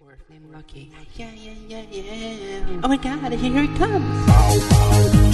Wentworth named Lucky. Yeah, yeah, yeah, yeah. Oh my god, here it comes.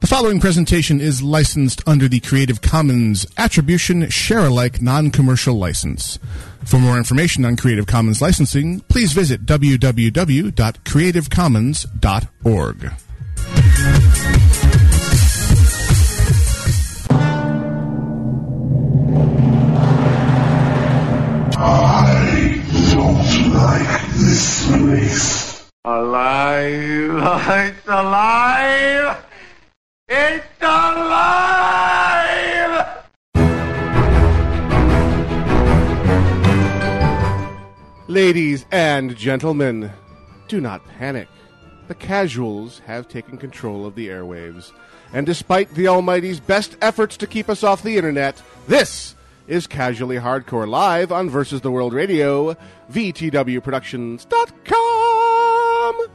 The following presentation is licensed under the Creative Commons Attribution Share Alike Non Commercial License. For more information on Creative Commons licensing, please visit www.creativecommons.org. I don't like this place. Alive! It's alive! It's alive! Ladies and gentlemen, do not panic. The casuals have taken control of the airwaves. And despite the Almighty's best efforts to keep us off the internet, this is Casually Hardcore Live on Versus the World Radio, VTWProductions.com.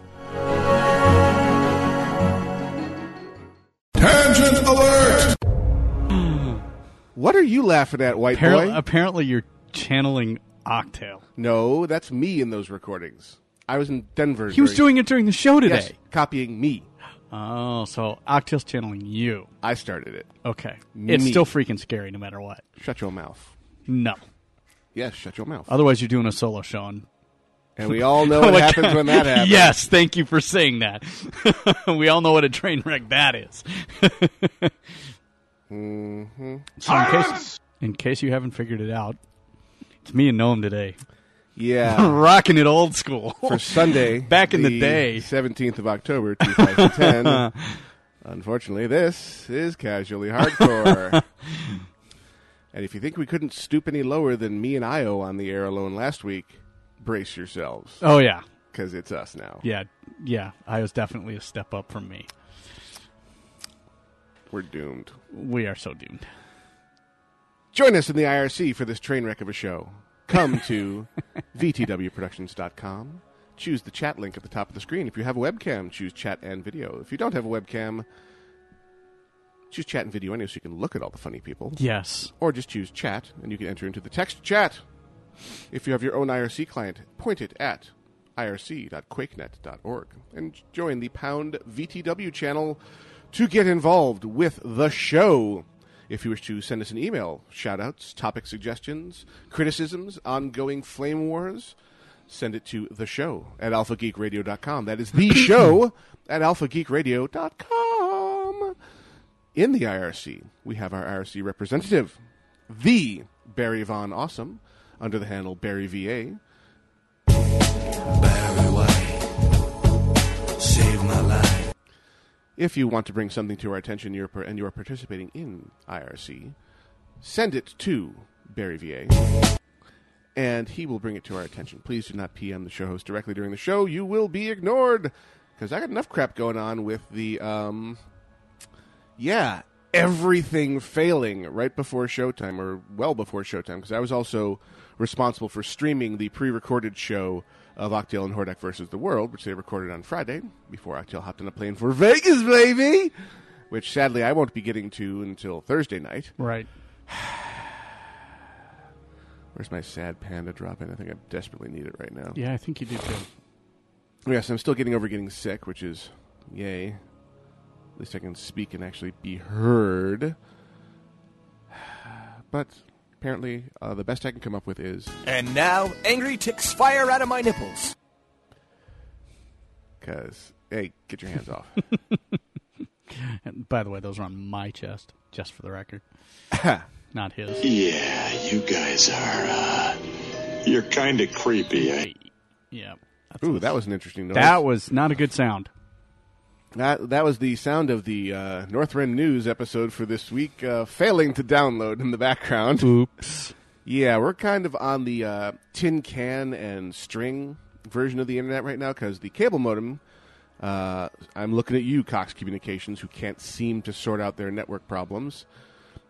Tangent alert! What are you laughing at, white Appar- boy? apparently, you're channeling Octale. no, that's me in those recordings. I was in Denver. He was during- doing it during the show today. yes, copying me. Oh, so Octale's channeling you. I started it. Okay. It's Me. still freaking scary no matter what. Shut your mouth. No. Yes, shut your mouth. Otherwise, you're doing a solo show. And- And we all know what my happens God. when that happens. Yes, thank you for saying that. we all know what a train wreck that is. Mm-hmm. So in, case, in case you haven't figured it out, it's me and Noam today. Yeah. Rocking it old school. Oh. For Sunday. Back in the day. 17th of October, 2010. Unfortunately, this is casually hardcore. and if you think we couldn't stoop any lower than me and Io on the air alone last week, brace yourselves. oh, yeah. Because it's us now. Yeah. Yeah. I was definitely a step up from me. We're doomed. We are so doomed. Join us in the IRC for this train wreck of a show. Come to VTWProductions.com. Choose the chat link at the top of the screen. If you have a webcam, choose chat and video. If you don't have a webcam, Choose chat and video anyway so you can look at all the funny people. Yes. Or just choose chat and you can enter into the text chat. If you have your own IRC client, point it at irc.quakenet.org and join the pound VTW channel to get involved with the show. If you wish to send us an email, shoutouts, topic suggestions, criticisms, ongoing flame wars, send it to the show at alphageekradio.com. That is the show at alphageekradio.com. In the IRC, we have our IRC representative, the Barry Von Awesome, under the handle Barry VA. Barry White saved my life. If you want to bring something to our attention you're par- and you are participating in IRC, send it to Barry VA. And he will bring it to our attention. Please do not PM the show host directly during the show. You will be ignored. Because I got enough crap going on with the, um, yeah, everything failing right before showtime or well before showtime. Because I was also responsible for streaming the pre recorded show of Octale and Hordak versus the World, which they recorded on Friday before Octale hopped on a plane for Vegas, baby! Which sadly I won't be getting to until Thursday night. Right. Where's my sad panda drop in? I think I desperately need it right now. Yeah, I think you do too. Yes, I'm still getting over getting sick, which is yay. At least I can speak and actually be heard. But apparently, uh, the best I can come up with is And now, angry ticks fire out of my nipples. because, hey, get your hands off. And by the way, those are on my chest, just for the record, not his. Yeah, you guys are, uh, you're kind of creepy. eh? I Yeah. That's Ooh, that was an interesting noise. That was not a good sound. That that was the sound of the uh, North Rim News episode for this week, uh, failing to download in the background. Oops. Yeah, we're kind of on the uh, tin can and string version of the internet right now because the cable modem. Uh, I'm looking at you, Cox Communications, who can't seem to sort out their network problems,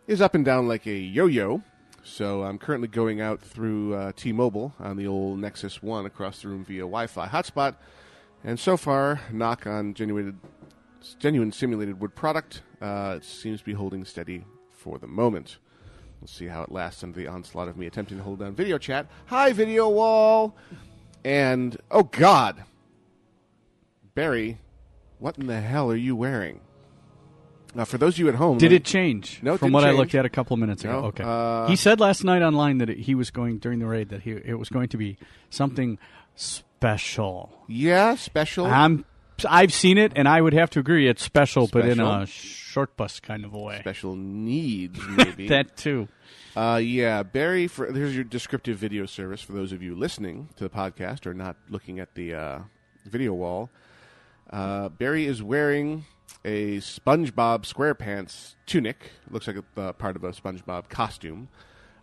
is up and down like a yo-yo. So I'm currently going out through uh, T-Mobile on the old Nexus One across the room via Wi-Fi hotspot, and so far, knock on genuine genuine simulated wood product. Uh, it seems to be holding steady for the moment. We'll see how it lasts under the onslaught of me attempting to hold down video chat. Hi, video wall! And, oh god! Barry, what in the hell are you wearing? Now, for those of you at home. Did let it change? No, it from didn't what I change. looked at a couple of minutes ago. No, okay. uh, he said last night online that it, he was going during the raid that he it was going to be something special. me- Yeah, special. I'm I've seen it, and I would have to agree it's special, but in Special? a short bus kind of a way. special needs, maybe. That too. Uh, yeah, Barry. For there's your descriptive video service for those of you listening to the podcast or not looking at the uh, video wall. Uh, Barry is wearing a SpongeBob SquarePants tunic. Looks like a uh, part of a SpongeBob costume.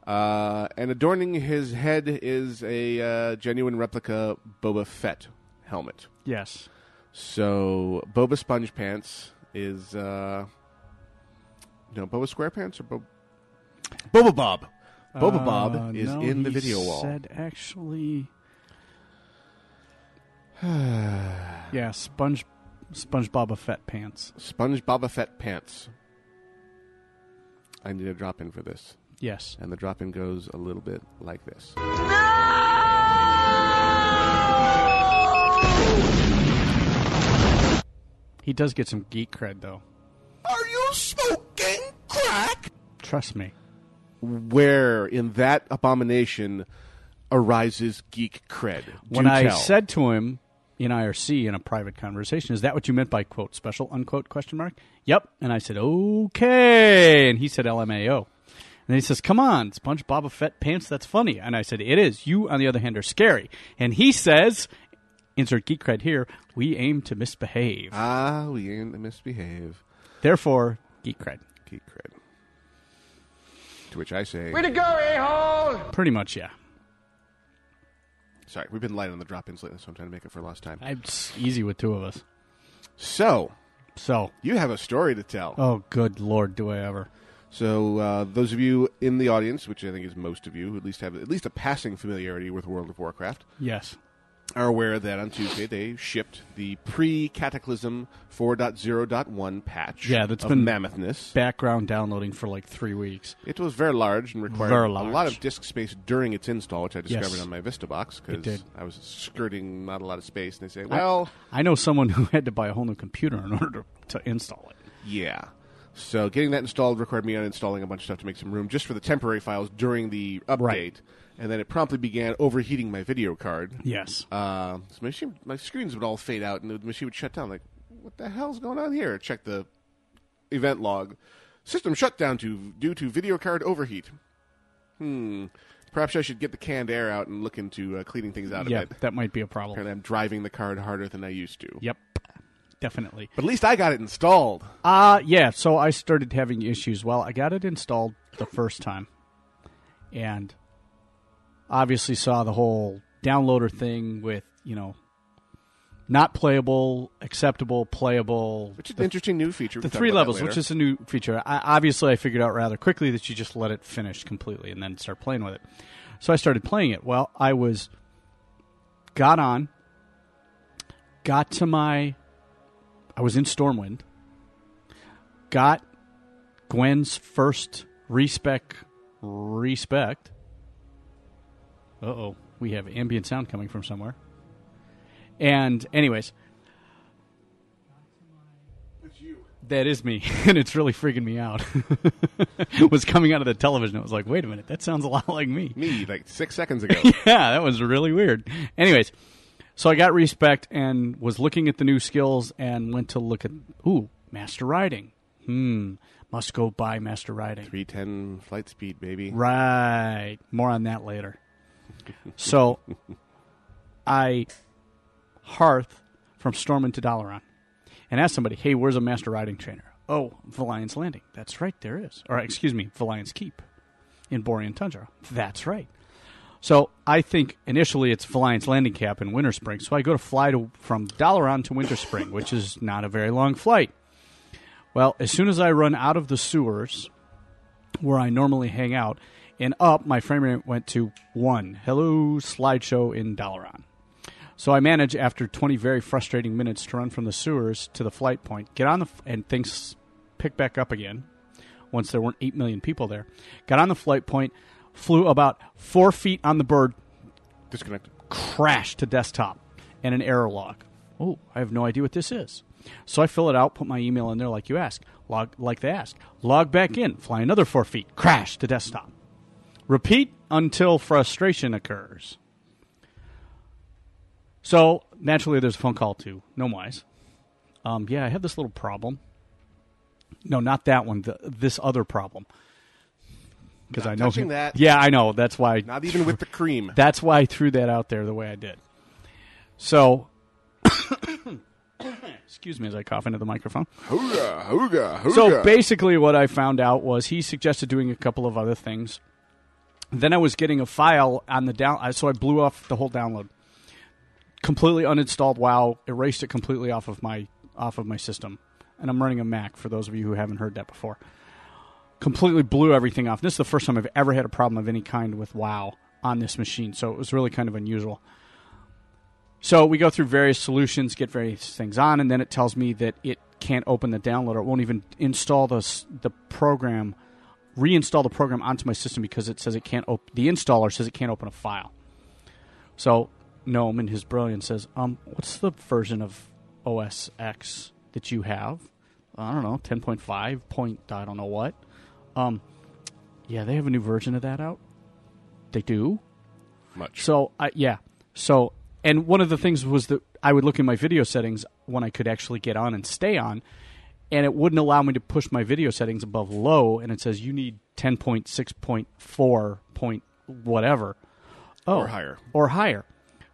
Uh, and adorning his head is a uh, genuine replica Boba Fett helmet. Yes. So Boba Sponge Pants is uh no Boba SquarePants or Bo- Boba Bob. Boba Uh, Bob is no, in the he video wall. Said actually. yeah, Sponge, SpongeBob of Fett pants. Sponge Boba Fett Pants. I need a drop in for this, Yes. and the drop in goes a little bit like this. He does get some geek cred though. Are you smoking crack? Trust me. Where in that abomination arises geek cred? Do when I tell. said to him in IRC in a private conversation, "Is that what you meant by quote special unquote question mark?" Yep, and I said, "Okay," and he said, "LMAO," and then he says, "Come on, Sponge Boba Fett pants, that's funny," and I said, "It is." You, on the other hand, are scary, and he says, "Insert geek cred here. We aim to misbehave, ah, we ain't to misbehave. therefore geek cred." Geek cred. To which I say, Pretty much, yeah. Sorry, we've been light on the drop-ins lately, so I'm trying to make up for lost time. It's easy with two of us. So So, you have a story to tell. oh good lord, do I ever? So uh, those of you in the audience, which I think is most of you, who at least have at least a passing familiarity with World of Warcraft, Yes. are aware that on Tuesday they shipped the pre-Cataclysm 4.0.1 patch Yeah, that's of been- Mammoth-ness. Background downloading for like three weeks. It was very large and required Very a large. lot of disk space during its install, which I discovered Yes. on my Vista box because did. I was skirting not a lot of space. And they say, well, I know someone who had to buy a whole new computer in order to, to install it. yeah. So getting that installed required me uninstalling a bunch of stuff to make some room just for the temporary files during the update. Right. And then it promptly began overheating my video card. Yes. Uh, so my, machine, my screens would all fade out and the machine would shut down. Like, what the hell's going on here? Check the event log. System shut down to, due to video card overheat. Hmm. Perhaps I should get the canned air out and look into uh, cleaning things out a yeah, bit. that might be a problem. Apparently, I'm driving the card harder than I used to. Yep. Definitely. But at least I got it installed. Uh yeah, so I started having issues. Well, I got it installed the first time. And obviously saw the whole downloader thing with, you know, not playable, acceptable, playable. Which is an interesting new feature. We the can talk three about that levels, later. which is a new feature. I, obviously, I figured out rather quickly that you just let it finish completely and then start playing with it. So I started playing it. Well, I was got on, got to my, I was in Stormwind, got Gwen's first respec respect. Uh oh, we have ambient sound coming from somewhere. And anyways, That is me, and it's really freaking me out. it was coming out of the television. It was like, wait a minute, that sounds a lot like me. me like six seconds ago. Yeah, that was really weird. Anyways, so I got respect and was looking at the new skills and went to look at ooh master riding. Hmm, must go buy master riding. Three ten flight speed, baby. Right. More on that later. So I hearth from Stormin to Dalaran and asked somebody, hey, where's a master riding trainer? Oh, Valion's Landing. That's right, there is. Or, excuse me, Valion's Keep in Borean Tundra. That's right. So I think initially it's Valion's Landing Cap in Winter Spring. So I go to fly to, from Dalaran to Winter Spring, which is not a very long flight. Well, as soon as I run out of the sewers, where I normally hang out, and up my frame rate went to one. Hello, slideshow in Dalaran. So I manage after 20 very frustrating minutes to run from the sewers to the flight point, get on the f- and things pick back up again. Once there weren't eight million people there, got on the flight point, flew about four feet on the bird, Disconnected. crash to desktop and an error log. Oh, I have no idea what this is. So I fill it out, put my email in there like you ask, log like they ask, log back in, fly another four feet, crash to desktop. Repeat until frustration occurs. So naturally, there's a phone call to Gnomewise. Um, yeah, I have this little problem. No, not that one. The, this other problem. Because I know touching him- that. Yeah, I know. That's why Not even with the cream. that's why I threw that out there the way I did. So, excuse me as I cough into the microphone. Hooga, hooga, hooga. So basically, what I found out was he suggested doing a couple of other things. Then I was getting a file on the down, I- so I blew off the whole download, completely uninstalled WoW, erased it completely off of my off of my system, and I'm running a Mac. For those of you who haven't heard that before, completely blew everything off. This is the first time I've ever had a problem of any kind with WoW on this machine, so it was really kind of unusual. So we go through various solutions, get various things on, and then it tells me that it can't open the downloader. It won't even install the s- the program, reinstall the program onto my system because it says it can't. Op- the installer says it can't open a file. So Gnome in his brilliance says, "Um, what's the version of OS X that you have? I don't know, ten point five point. I don't know what. Um, yeah, they have a new version of that out. They do. much. So I yeah. So and one of the things was that I would look in my video settings when I could actually get on and stay on, and it wouldn't allow me to push my video settings above low, and it says you need ten point six point four point whatever. Oh, Or higher. or higher.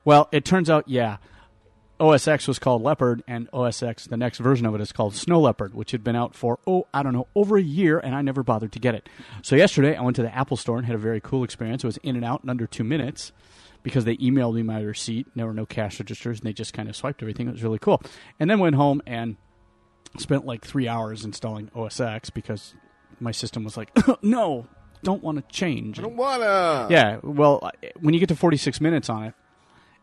Well, it turns out yeah. OSX was called Leopard, and OSX, the next version of it, is called Snow Leopard, which had been out for, oh, I don't know, over a year, and I never bothered to get it. So yesterday, I went to the Apple store and had a very cool experience. It was in and out in under two minutes because they emailed me my receipt. There were no cash registers, and they just kind of swiped everything. It was really cool. And then went home and spent like three hours installing OSX because my system was like, no, don't want to change. Wanna. Yeah, well, I- when you get to 46 minutes on it,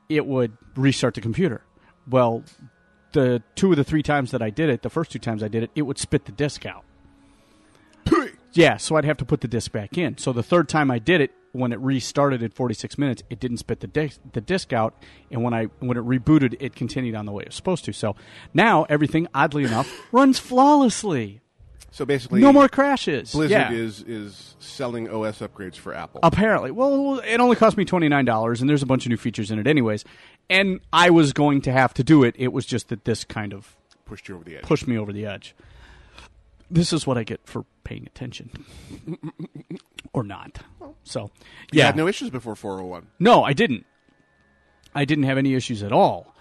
it would restart the computer. Well, the two of the three times that I did it, the first two times I did it, it would spit the disk out. yeah, so I'd have to put the disk back in. So the third time I did it, when it restarted at 46 minutes, it didn't spit the disk, the disk out, and when I when it rebooted, it continued on the way it was supposed to. So now everything, oddly enough, runs flawlessly. So basically, No more crashes. Blizzard Yeah. is is selling OS upgrades for Apple. Apparently. Well, it only cost me $29, and there's a bunch of new features in it, anyways. And I was going to have to do it. It was just that this kind of Pushed you over the edge. pushed me over the edge. This is what I get for paying attention. or not. So, You yeah. had no issues before 401. No, I didn't. I didn't have any issues at all.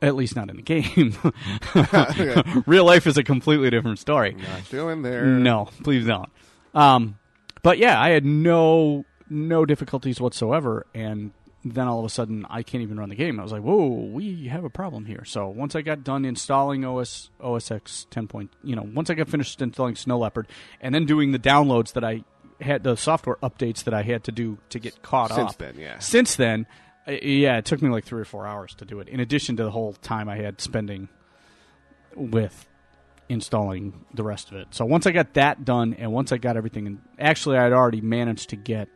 At least not in the game. Real life is a completely different story. Still in there. No, please don't. Um, but yeah, I had no no difficulties whatsoever, and then all of a sudden, I can't even run the game. I was like, "Whoa, we have a problem here." So once I got done installing OS OS X ten point, you know, once I got finished installing Snow Leopard, and then doing the downloads that I had, the software updates that I had to do to get caught Since up. then, yeah. Since then, uh, yeah, it took me like three or four hours to do it. In addition to the whole time I had spending with installing the rest of it. So once I got that done, and once I got everything, and actually I'd already managed to get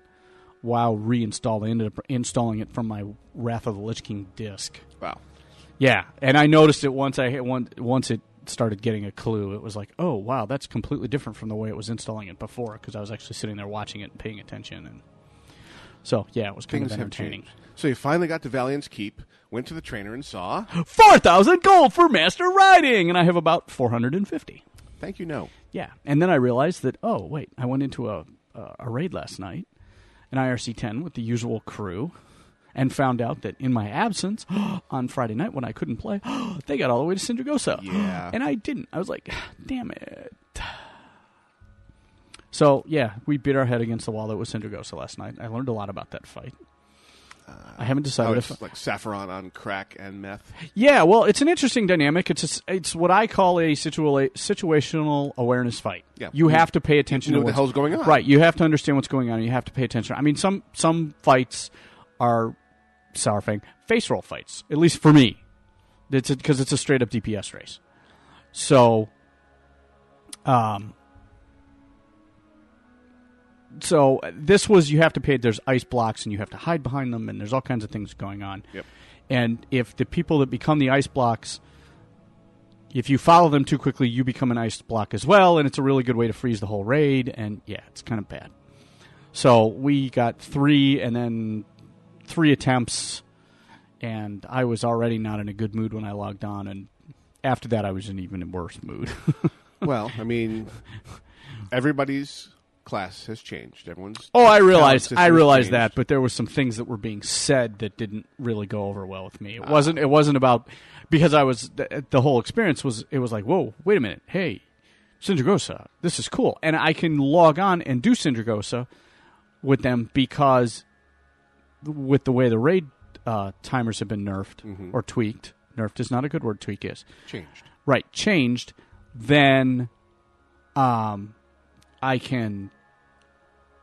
WoW reinstalled. I ended up installing it from my Wrath of the Lich King disc. Wow. Yeah, and I noticed it once I hit one, once it started getting a clue. It was like, oh wow, that's completely different from the way it was installing it before because I was actually sitting there watching it and paying attention. And so yeah, it was kind Things of have entertaining. changed. So you finally got to Valiant's Keep, went to the trainer and saw. Four thousand gold for master riding, and I have about four hundred and fifty. Thank you, no. Yeah, and then I realized that oh wait, I went into a uh, a raid last night, an IRC ten with the usual crew, and found out that in my absence on Friday night when I couldn't play, they got all the way to Sindragosa, Yeah. and I didn't. I was like, damn it. So yeah, we beat our head against the wall that was Sindragosa last night. I learned a lot about that fight. I Oh, haven't decided if it's like saffron on crack and meth. yeah, well, it's an interesting dynamic. It's a s it's what I call a situa- situational awareness fight. Yeah. you You- have to pay attention you know to what the what's- hell's going on. Right, you have to understand what's going on. and You have to pay attention. I mean, some some fights are sourfang face roll fights. At least for me, it's because it's a straight up DPS race. So, um, so uh, this was you have to pay. There's ice blocks and you have to hide behind them, and there's all kinds of things going on. Yep. And if the people that become the ice blocks, if you follow them too quickly, you become an ice block as well, and it's a really good way to freeze the whole raid. And yeah, it's kind of bad. So we got three, and then three attempts, and I was already not in a good mood when I logged on, and after that, I was in even worse mood. Well, I mean, everybody's class has changed. Everyone's. Oh, I realized, system I realized changed. that, but there were some things that were being said that didn't really go over well with me. It wasn't, it wasn't about because I was the, the whole experience was it was like, whoa, wait a minute, hey, Syndragosa, this is cool, and I can log on and do Syndragosa with them because with the way the raid uh, timers have been nerfed or tweaked. Nerfed is not a good word. Tweak is changed. right changed, then um, I can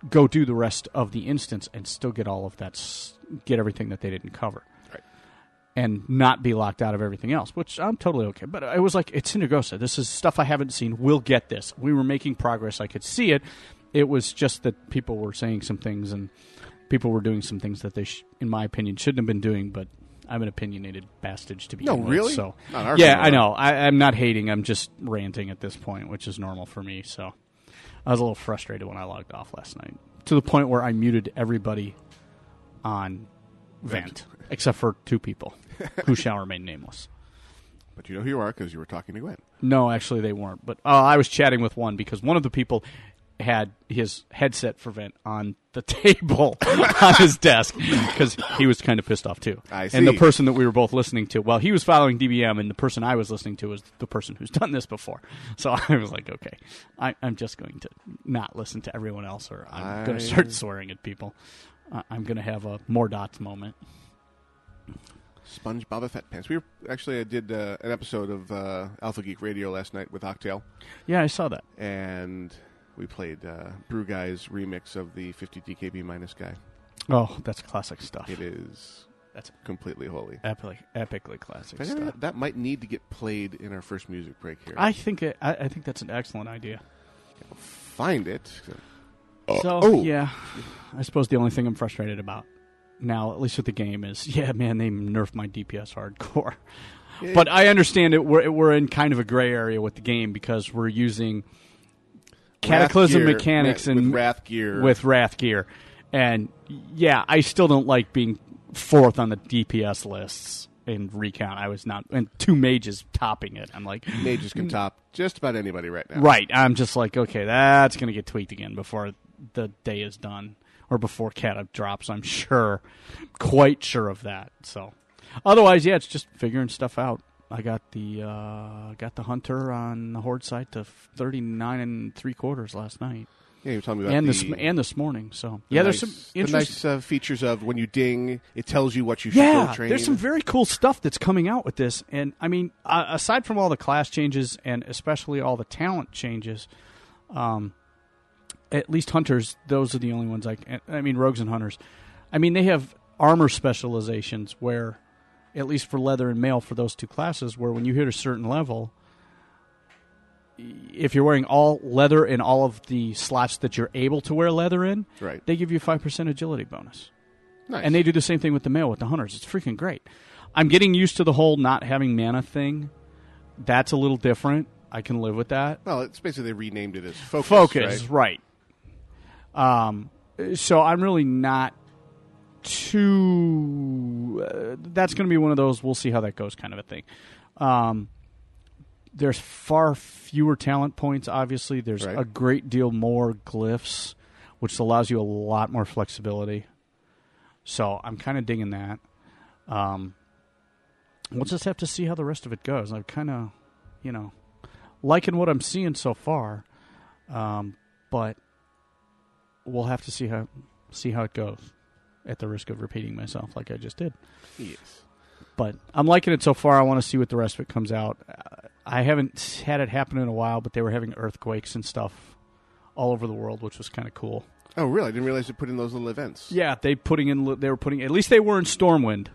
go do the rest of the instance and still get all of that, s- get everything that they didn't cover, Right. and not be locked out of everything else, which I'm totally okay. But it was like it's Sinagosa. This is stuff I haven't seen. We'll get this. We were making progress. I could see it. It was just that people were saying some things and people were doing some things that they, sh- in my opinion, shouldn't have been doing. But I'm an opinionated bastard to be. No, with, really? So Not our yeah, kind of I know. I, I'm not hating. I'm just ranting at this point, which is normal for me. So I was a little frustrated when I logged off last night to the point where I muted everybody on Vent except for two people who shall remain nameless. But you know who you are because you were talking to Gwen. No, actually they weren't. But uh, I was chatting with one because one of the people had his headset for Vent on the table on his desk because he was kind of pissed off too. I And the see. person that we were both listening to, well, he was following DBM, and the person I was listening to was the person who's done this before. So I was like, okay, I, I'm just going to not listen to everyone else, or I'm going I- to start swearing at people. I I'm going to have a more dots moment. Sponge Boba Fett pants. We were actually I did uh, an episode of uh, Alpha Geek Radio last night with Octail, Yeah, I saw that. and we played uh, Brew Guy's remix of the 50 DKB minus guy. Oh, that's classic stuff. It is That's completely holy. epic, epically classic I think stuff. that- that might need to get played in our first music break here. I think it, I, I think that's an excellent idea. find it. so oh. yeah, I suppose the only thing I'm frustrated about now, at least with the game, is yeah, man, they nerfed my DPS hardcore. But I understand it. We're we're in kind of a gray area with the game because we're using cataclysm Wrath Gear, mechanics ma- and with Wrath Gear. with Wrath Gear, and yeah, I still don't like being fourth on the DPS lists in recount. I was not, and two mages topping it. I'm like, Mages can top just about anybody right now. Mm. Right. I'm just like, okay, that's going to get tweaked again before the day is done or before Cata drops. I'm sure, quite sure of that. So, otherwise, yeah, it's just figuring stuff out. I got the uh, got the hunter on the horde site to 39 and three quarters last night Yeah, you were telling me about and the, this and this morning. So the yeah, there's nice- some the nice interest- uh, features of when you ding, it tells you what you should yeah, go train. there's some very cool stuff that's coming out with this, and I mean, uh, aside from all the class changes and especially all the talent changes, um, at least hunters, those are the only ones I. Can, I mean, rogues and hunters. I mean, they have armor specializations where, at least for leather and mail, for those two classes, where when you hit a certain level, if you're wearing all leather in all of the slots that you're able to wear leather in, Right. they give you a five percent agility bonus. nice. And they do the same thing with the male with the hunters. It's freaking great. I'm getting used to the whole not having mana thing. That's a little different. I can live with that. well, it's basically they renamed it as focus. Focus, right? right. Um so I'm really not too uh, that's going to be one of those we'll see how that goes kind of a thing. Um there's far fewer talent points obviously. There's Right. a great deal more glyphs which allows you a lot more flexibility. So I'm kind of digging that. Um, we'll just have to see how the rest of it goes. I'm kind of, you know, liking what I'm seeing so far, um, but we'll have to see how see how it goes. At the risk of repeating myself, like I just did, Yes. but I'm liking it so far. I want to see what the rest of it comes out. Uh, I haven't had it happen in a while, but they were having earthquakes and stuff all over the world, which was kind of cool. Oh, really? I didn't realize they put in those little events. Yeah, they putting in. They were putting. At least they were in Stormwind.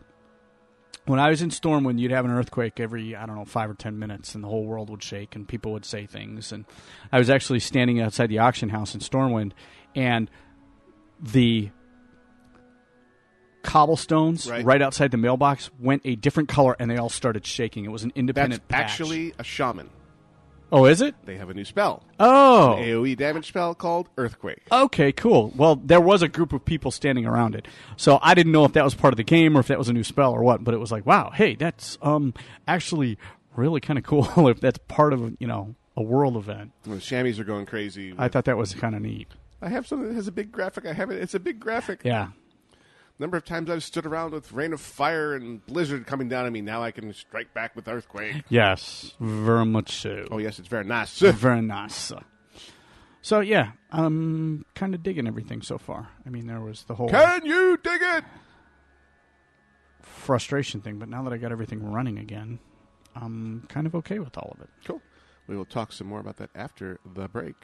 When I was in Stormwind, you'd have an earthquake every I don't know five or ten minutes, and the whole world would shake, and people would say things. And I was actually standing outside the auction house in Stormwind, and the cobblestones Right. right, outside the mailbox went a different color, and they all started shaking. It was an That's independent. patch. actually a shaman. Oh, is it? They have a new spell, Oh, AOE E damage spell called Earthquake. Okay, cool. Well, there was a group of people standing around it, so I didn't know if that was part of the game or if that was a new spell or what. But it was like, wow, hey, that's um actually really kind of cool if that's part of you know a world event. When the chamois are going crazy. I thought that was kind of neat. I have something that has a big graphic. I have it. It's a big graphic. Yeah, Number of times I've stood around with rain of fire and blizzard coming down on me. Now I can strike back with earthquake. yes, very much so. Oh yes, it's very nice. Very nice. So yeah, I'm kind of digging everything so far. I mean, there was the whole Can you dig it? frustration thing, but now that I got everything running again, I'm kind of okay with all of it. Cool. We will talk some more about that after the break.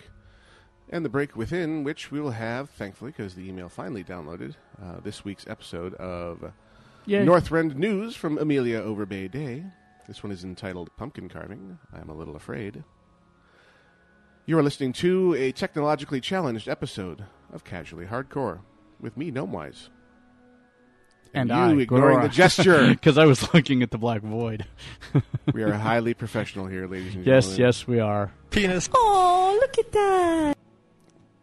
And the break within, which we will have, thankfully, because the email finally downloaded, uh, this week's episode of Yeah, Northrend News from Amelia Overbay Day. This one is entitled Pumpkin Carving. I'm a little afraid. You are listening to a technologically challenged episode of Casually Hardcore with me, Gnomewise. and you I, ignoring the gesture. because I was looking at the black void. We are highly professional here, ladies and Yes, gentlemen. yes, we are. Penis. Oh, look at that.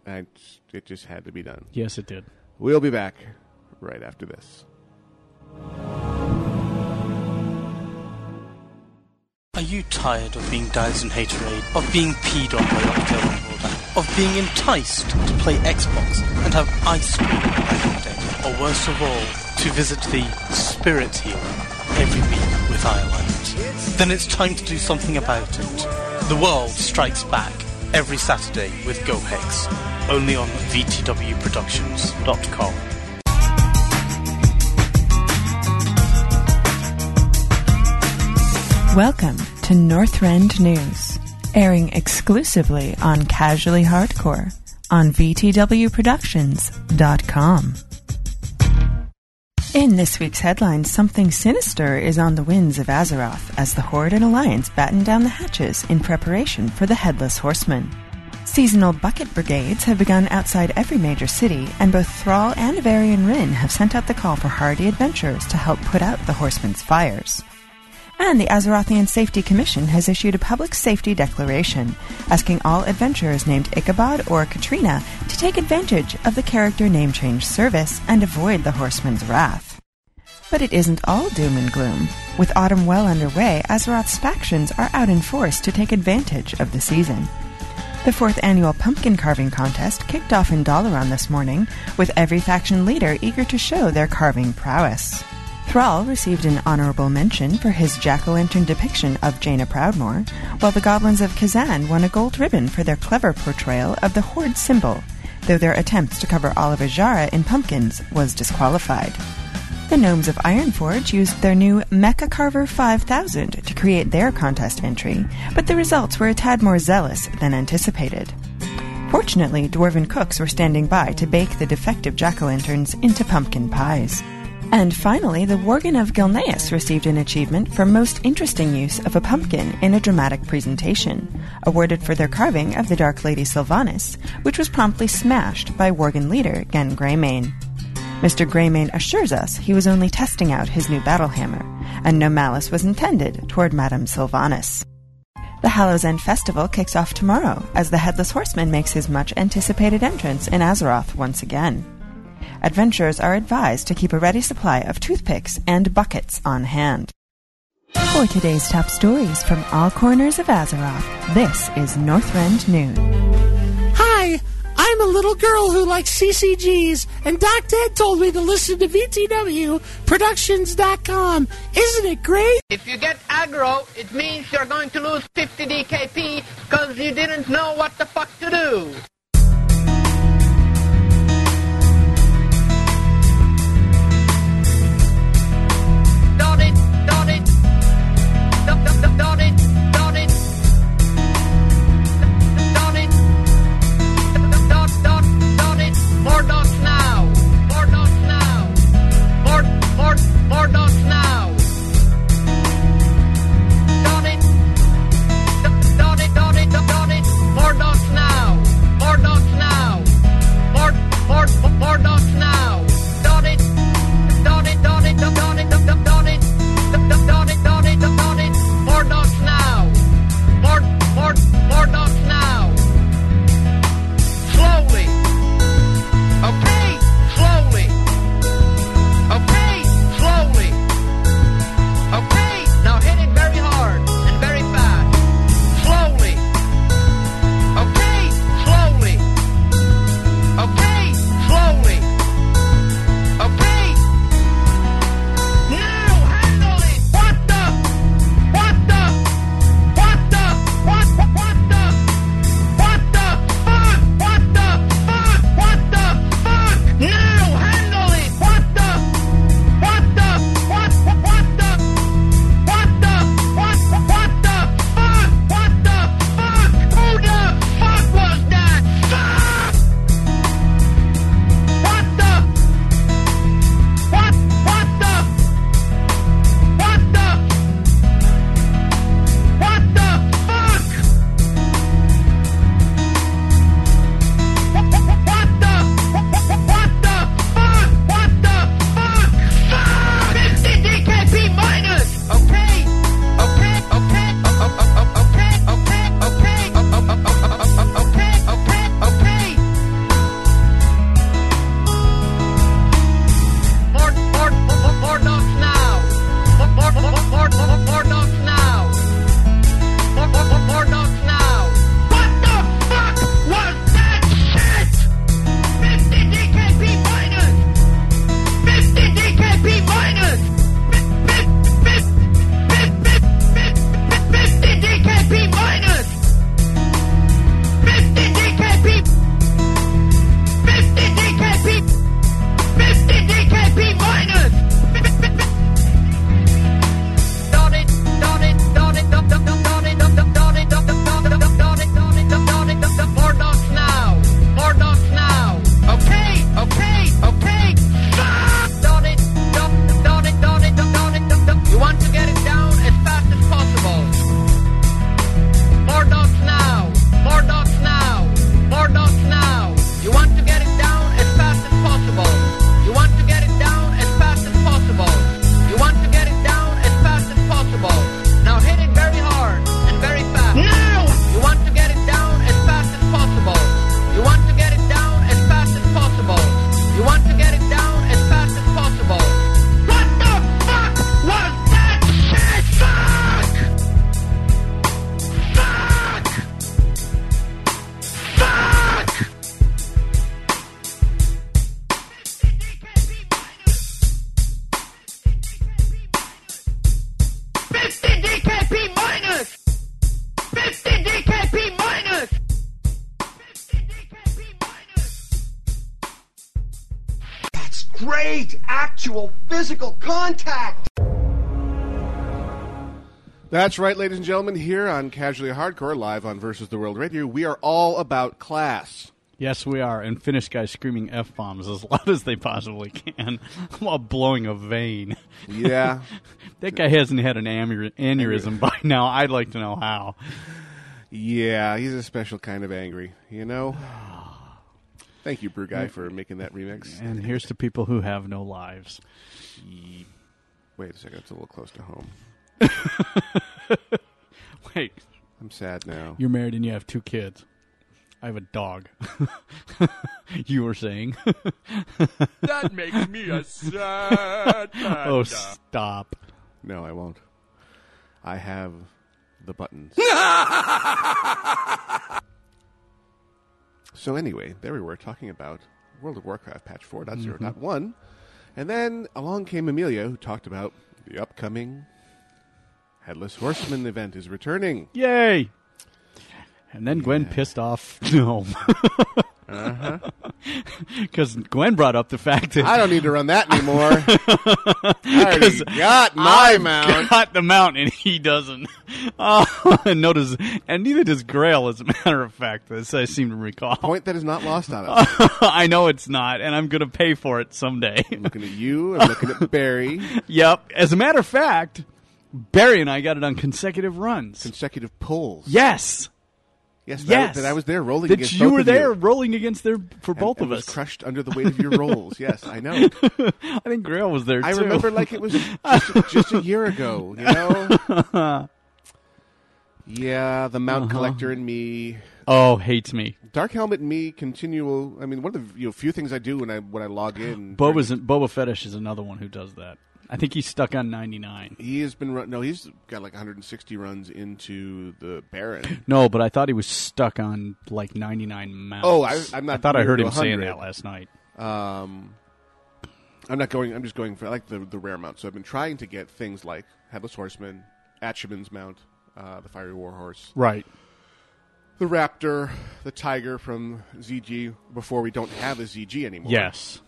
And it just had to be done. Yes, it did. We'll be back right after this. Are you tired of being doused in haterade, of being peed on by October Holder, of being enticed to play Xbox and have ice cream every day, or worst of all, to visit the Spirit Healer every week with Ireland? Then it's time to do something about it. The world strikes back every Saturday with GoHex, only on VTWProductions.com. Welcome to Northrend News, airing exclusively on Casually Hardcore on VTWProductions.com. In this week's headlines, something sinister is on the winds of Azeroth as the Horde and Alliance batten down the hatches in preparation for the Headless Horseman. Seasonal bucket brigades have begun outside every major city, and both Thrall and Varian Rin have sent out the call for hardy adventurers to help put out the horseman's fires. And the Azerothian Safety Commission has issued a public safety declaration, asking all adventurers named Ichabod or Katrina to take advantage of the character name change service and avoid the horseman's wrath. But it isn't all doom and gloom. With autumn well underway, Azeroth's factions are out in force to take advantage of the season. The fourth annual pumpkin carving contest kicked off in Dalaran this morning, with every faction leader eager to show their carving prowess. Thrall received an honorable mention for his jack o' lantern depiction of Jaina Proudmore, while the goblins of Kazan won a gold ribbon for their clever portrayal of the Horde symbol, though their attempts to cover Oliver Jara in pumpkins was disqualified. The Gnomes of Ironforge used their new Mecha Carver 5000 to create their contest entry, but the results were a tad more zealous than anticipated. Fortunately, dwarven cooks were standing by to bake the defective jack o' lanterns into pumpkin pies. And finally, the Worgen of Gilneas received an achievement for most interesting use of a pumpkin in a dramatic presentation, awarded for their carving of the Dark Lady Sylvanas, which was promptly smashed by Worgen leader Gen Greymane. Mr. Greymane assures us he was only testing out his new battle hammer, and no malice was intended toward Madame Sylvanas. The Hallows End Festival kicks off tomorrow as the Headless Horseman makes his much anticipated entrance in Azeroth once again. Adventurers are advised to keep a ready supply of toothpicks and buckets on hand. For today's top stories from all corners of Azeroth, this is Northrend News. Hi, I'm a little girl who likes CCGs, and Doc Dad told me to listen to VTWProductions.com. Isn't it great? If you get aggro, it means you're going to lose 50 DKP because you didn't know what the fuck to do. Dot it, dot it, dot, dot, dot, dot it, dot it, dot it, dot, dot, dot it. More dots now, more dots now, more, more, more dots now. Dot it, dot, dot it, dot it, dot it. More dots now, more Great actual physical contact! That's right, ladies and gentlemen, here on Casually Hardcore, live on Versus the World Radio, we are all about class. Yes, we are. And Finnish guys screaming F bombs as loud as they possibly can while blowing a vein. Yeah. that guy hasn't had an aneurysm, aneurysm by now. I'd like to know how. Yeah, he's a special kind of angry, you know? Thank you, Brew Guy, for making that remix. And here's to people who have no lives. Wait a second, it's a little close to home. Wait. I'm sad now. You're married and you have two kids. I have a dog. you were saying That makes me a sad Oh, panda. stop! No, I won't. I have the buttons. so anyway, there we were talking about World of Warcraft patch Mm-hmm. 4.0.1, and then along came Amelia, who talked about the upcoming Headless Horseman event is returning. Yay! And then Gwen pissed off Gnome. Uh-huh. Because Gwen brought up the fact that I don't need to run that anymore. I already 'Cause got my I've mount. Got the mount, and he doesn't. Oh, and notice, and neither does Grail. As a matter of fact, as I seem to recall, point that is not lost on us. I know it's not, and I'm going to pay for it someday. I'm looking at you. I'm looking at Barry. yep. As a matter of fact, Barry and I got it on consecutive runs, consecutive pulls. Yes. Yes, that, yes. that I was there rolling That against you both were of there rolling against their for And- both and of was us. crushed under the weight of your rolls. Yes, I know. I think Grail was there. I too. remember like it was just, just a year ago, you know? yeah, the Mount Collector and me. Oh, hates me. Dark Helmet and me continual. I mean, one of the you know, few things I do when I when I log in. Boba's Boba Fetish is another one who does that. I think he's stuck on 99. He has been run. No, he's got like 160 runs into the Baron. No, but I thought he was stuck on like 99 mounts. Oh, I, I'm not. I thought I near heard to him saying 100. that last night. Um, I'm not going. I'm just going for I like the the rare mount. So I've been trying to get things like Headless Horseman, Atchibon's mount, uh, the Fiery Warhorse, Right. the Raptor, the Tiger from ZG. Before we don't have a ZG anymore. Yes.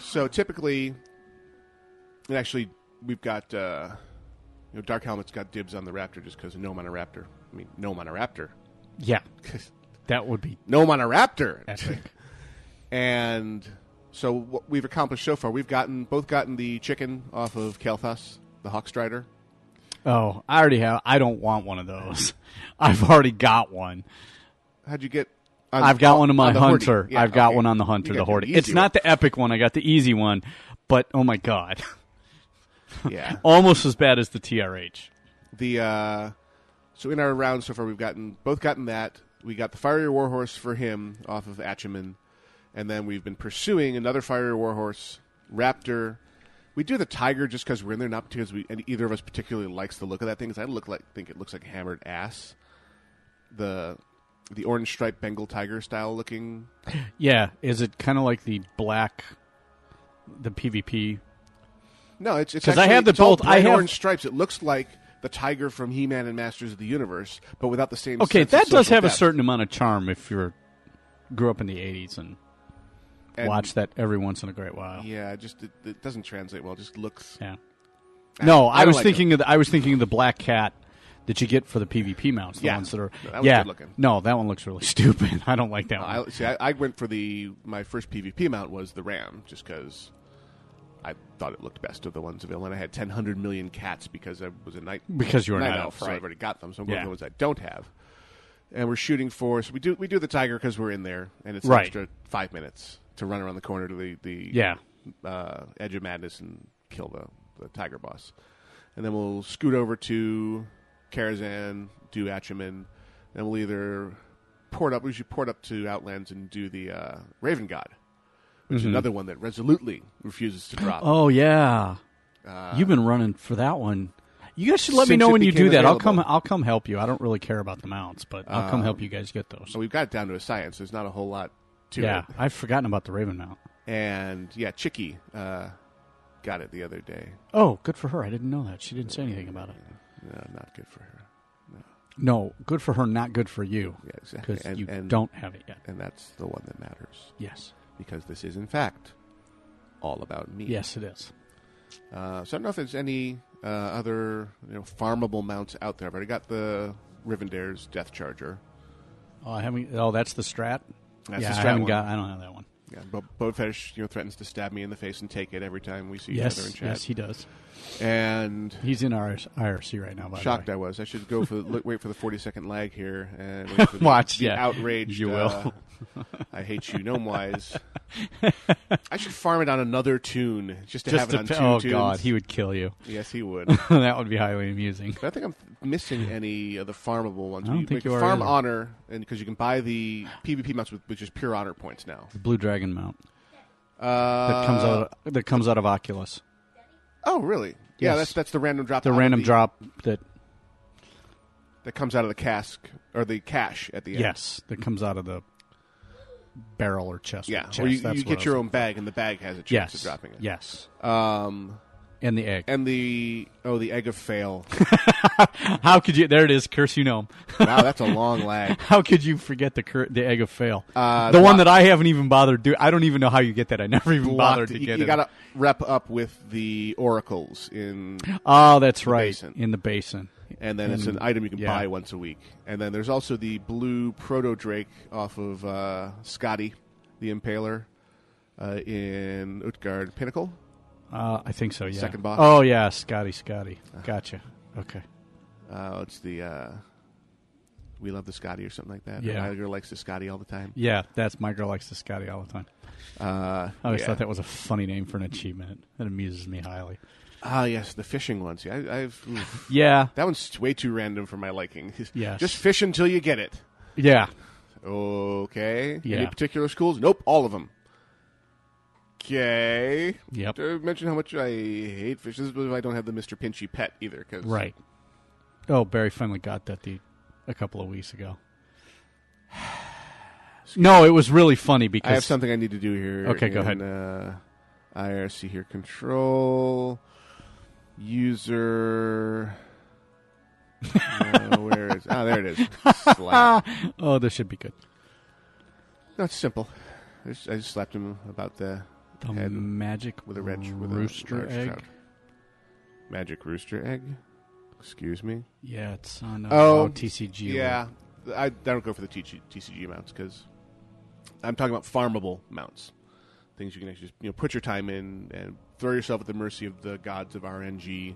So typically, and actually, we've got uh, you know Dark Helmet's got dibs on the Raptor just because Gnome on a Raptor. I mean, Gnome on a Raptor. Yeah. that would be Gnome on a Raptor. and so what we've accomplished so far, we've gotten both gotten the chicken off of Kalthus, the Hawkstrider. Oh, I already have. I don't want one of those. I've already got one. How'd you get? I've got one on my the Horty. hunter. Yeah, I've got okay. one on the You hunter, got the your Horty. easy It's not the epic one. I got the easy one, but oh my god. Yeah. Almost as bad as the TRH. the uh, so in our round so far we've gotten both gotten that we got the fiery warhorse for him off of Atchiman, and then we've been pursuing another fiery warhorse raptor we do the tiger just because we're in there not because we and either of us particularly likes the look of that thing 'cause i look like think it looks like hammered ass the the orange striped bengal tiger style looking Yeah, is it kind of like the black the PVP? No, it's it's 'Cause I actually- have the it's all bolt- I bright have- orange stripes. It looks like the tiger from He-Man and Masters of the Universe, but without the same. Okay, sense of that does social have a depth. certain amount of charm if you're grew up in the 80s and, And- watch that every once in a great while. Yeah, it just it, it doesn't translate well. It just looks. Yeah. No, I, don't was like thinking of the, I was thinking of the black cat that you get for the PVP mounts, the Yeah. ones that are That one's yeah. good looking. No, that one looks really stupid. I don't like it. that one. I, see, I, I went for the my first PvP mount was the Ram, just because I thought it looked best of the ones available, and I had ten hundred million cats because I was a night Because you were a night elf, so right. I've already got them. So I'm going Yeah. for the ones I don't have, and we're shooting for. So we do we do the tiger because we're in there, and it's Right. an extra five minutes to run around the corner to the the Yeah. uh, edge of madness and kill the, the tiger boss, and then we'll scoot over to Karazhan, do Atchiman, and we'll either port up. We should port up to Outlands and do the uh, Raven God, which is Mhm. another one that resolutely refuses to drop. Oh yeah, Uh, Oh, you've been running for that one. You guys should let me Since know it when you do became that. I'll available. Um, come. I'll come help you. I don't really care about the mounts, but I'll come help you guys get those. So we've got it down to a science. There's not a whole lot to yeah, it. I've forgotten about the Raven mount. And yeah, Chicky uh, got it the other day. Oh, good for her. I didn't know that. She didn't say anything about it. No, not good for her. No, good for her. Not good for you. Yeah, exactly. Because And- you and- don't have it yet. And that's the one that matters. Yes. Because this is, in fact, all about me. Yes, it is. Uh, so I don't know if there's any uh, other you know, farmable mounts out there, but I got the Rivendare's Death Charger. Oh, I haven't. Oh, that's the Strat. That's yeah, the I Strat haven't one. got. I don't have that one. Yeah, but Boba Fett, you know, threatens to stab me in the face and take it every time we see Yes, each other in chat. yes, he does. And he's in our IRC right now. By Shocked the I was. I should go for look, wait for the forty second lag here and wait for the, Watch, the yeah. outraged. You will. uh, I hate you, gnome wise. I should farm it on another tune just to Just have it on to- two oh, tunes. God, he would kill you. Yes, he would. way, that would be highly amusing. But I think I'm missing any of the farmable ones. I don't you, think can you are farm either. honor, and because you can buy the PvP mounts with, with just pure honor points now. The Blue Dragon mount Uh, that comes out that comes out of Oculus. Oh, really? Yeah, Yes. that's that's uh, the random drop. The out of random drop that that comes out of the cask or the cache at the end. yes, that comes out of the barrel or chest. Yeah, chest, or you, that's you what I get was your thinking. own bag, and the bag has a chance Yes, of dropping it. yes. Um, and the egg, and the oh, the egg of fail. How could you? There it is. Curse you know. Wow, that's a long lag. How could you forget the cur- the egg of fail? Uh, the block- one that I haven't even bothered do. I don't even know how you get that. I never even Blocked- bothered to you, get you it. gotta rep up with the oracles in. oh, that's the right. basin. In the basin, and then it's an And- item you can Mm-hmm. yeah. buy once a week. And then there's also the blue proto drake off of uh, Scotty, the Impaler, uh, in Utgard Pinnacle. Uh, I think so. Yeah. Second Uh-huh. boss. Oh yeah, Scotty, Scotty. Gotcha. Okay. Uh, it's the uh, we love the Scotty or something like that. Yeah. Tiger likes the Scotty all the time. Yeah, that's my girl likes the Scotty all the time. Uh, I always yeah. thought that was a funny name for an achievement. That amuses me highly. Ah, yes, the fishing ones. Yeah, I, I've oof. Yeah. that one's way too random for my liking. Yes. just fish until you get it. Yeah. Okay. Any Yeah. particular schools? Nope, all of them. Okay. Yep. Did I mention how much I hate fish? This is if I don't have the Mr. Pinchy pet either. Cause Right. Oh, Barry finally got that the a couple of weeks ago. no, it was really funny because I have something I need to do here. Okay, go in, Uh, IRC here. Control user. uh, where is? Ah, there it is. Slap. oh, this should be good. No, it's simple. I just, I just slapped him about the, The head magic with a red with rooster a large egg? trout. Magic rooster egg. Excuse me. Yeah, it's on uh, oh, TCG. Yeah, I, I don't go for the TC, TCG mounts because I'm talking about farmable mounts, things you can actually just, you know put your time in and throw yourself at the mercy of the gods of RNG,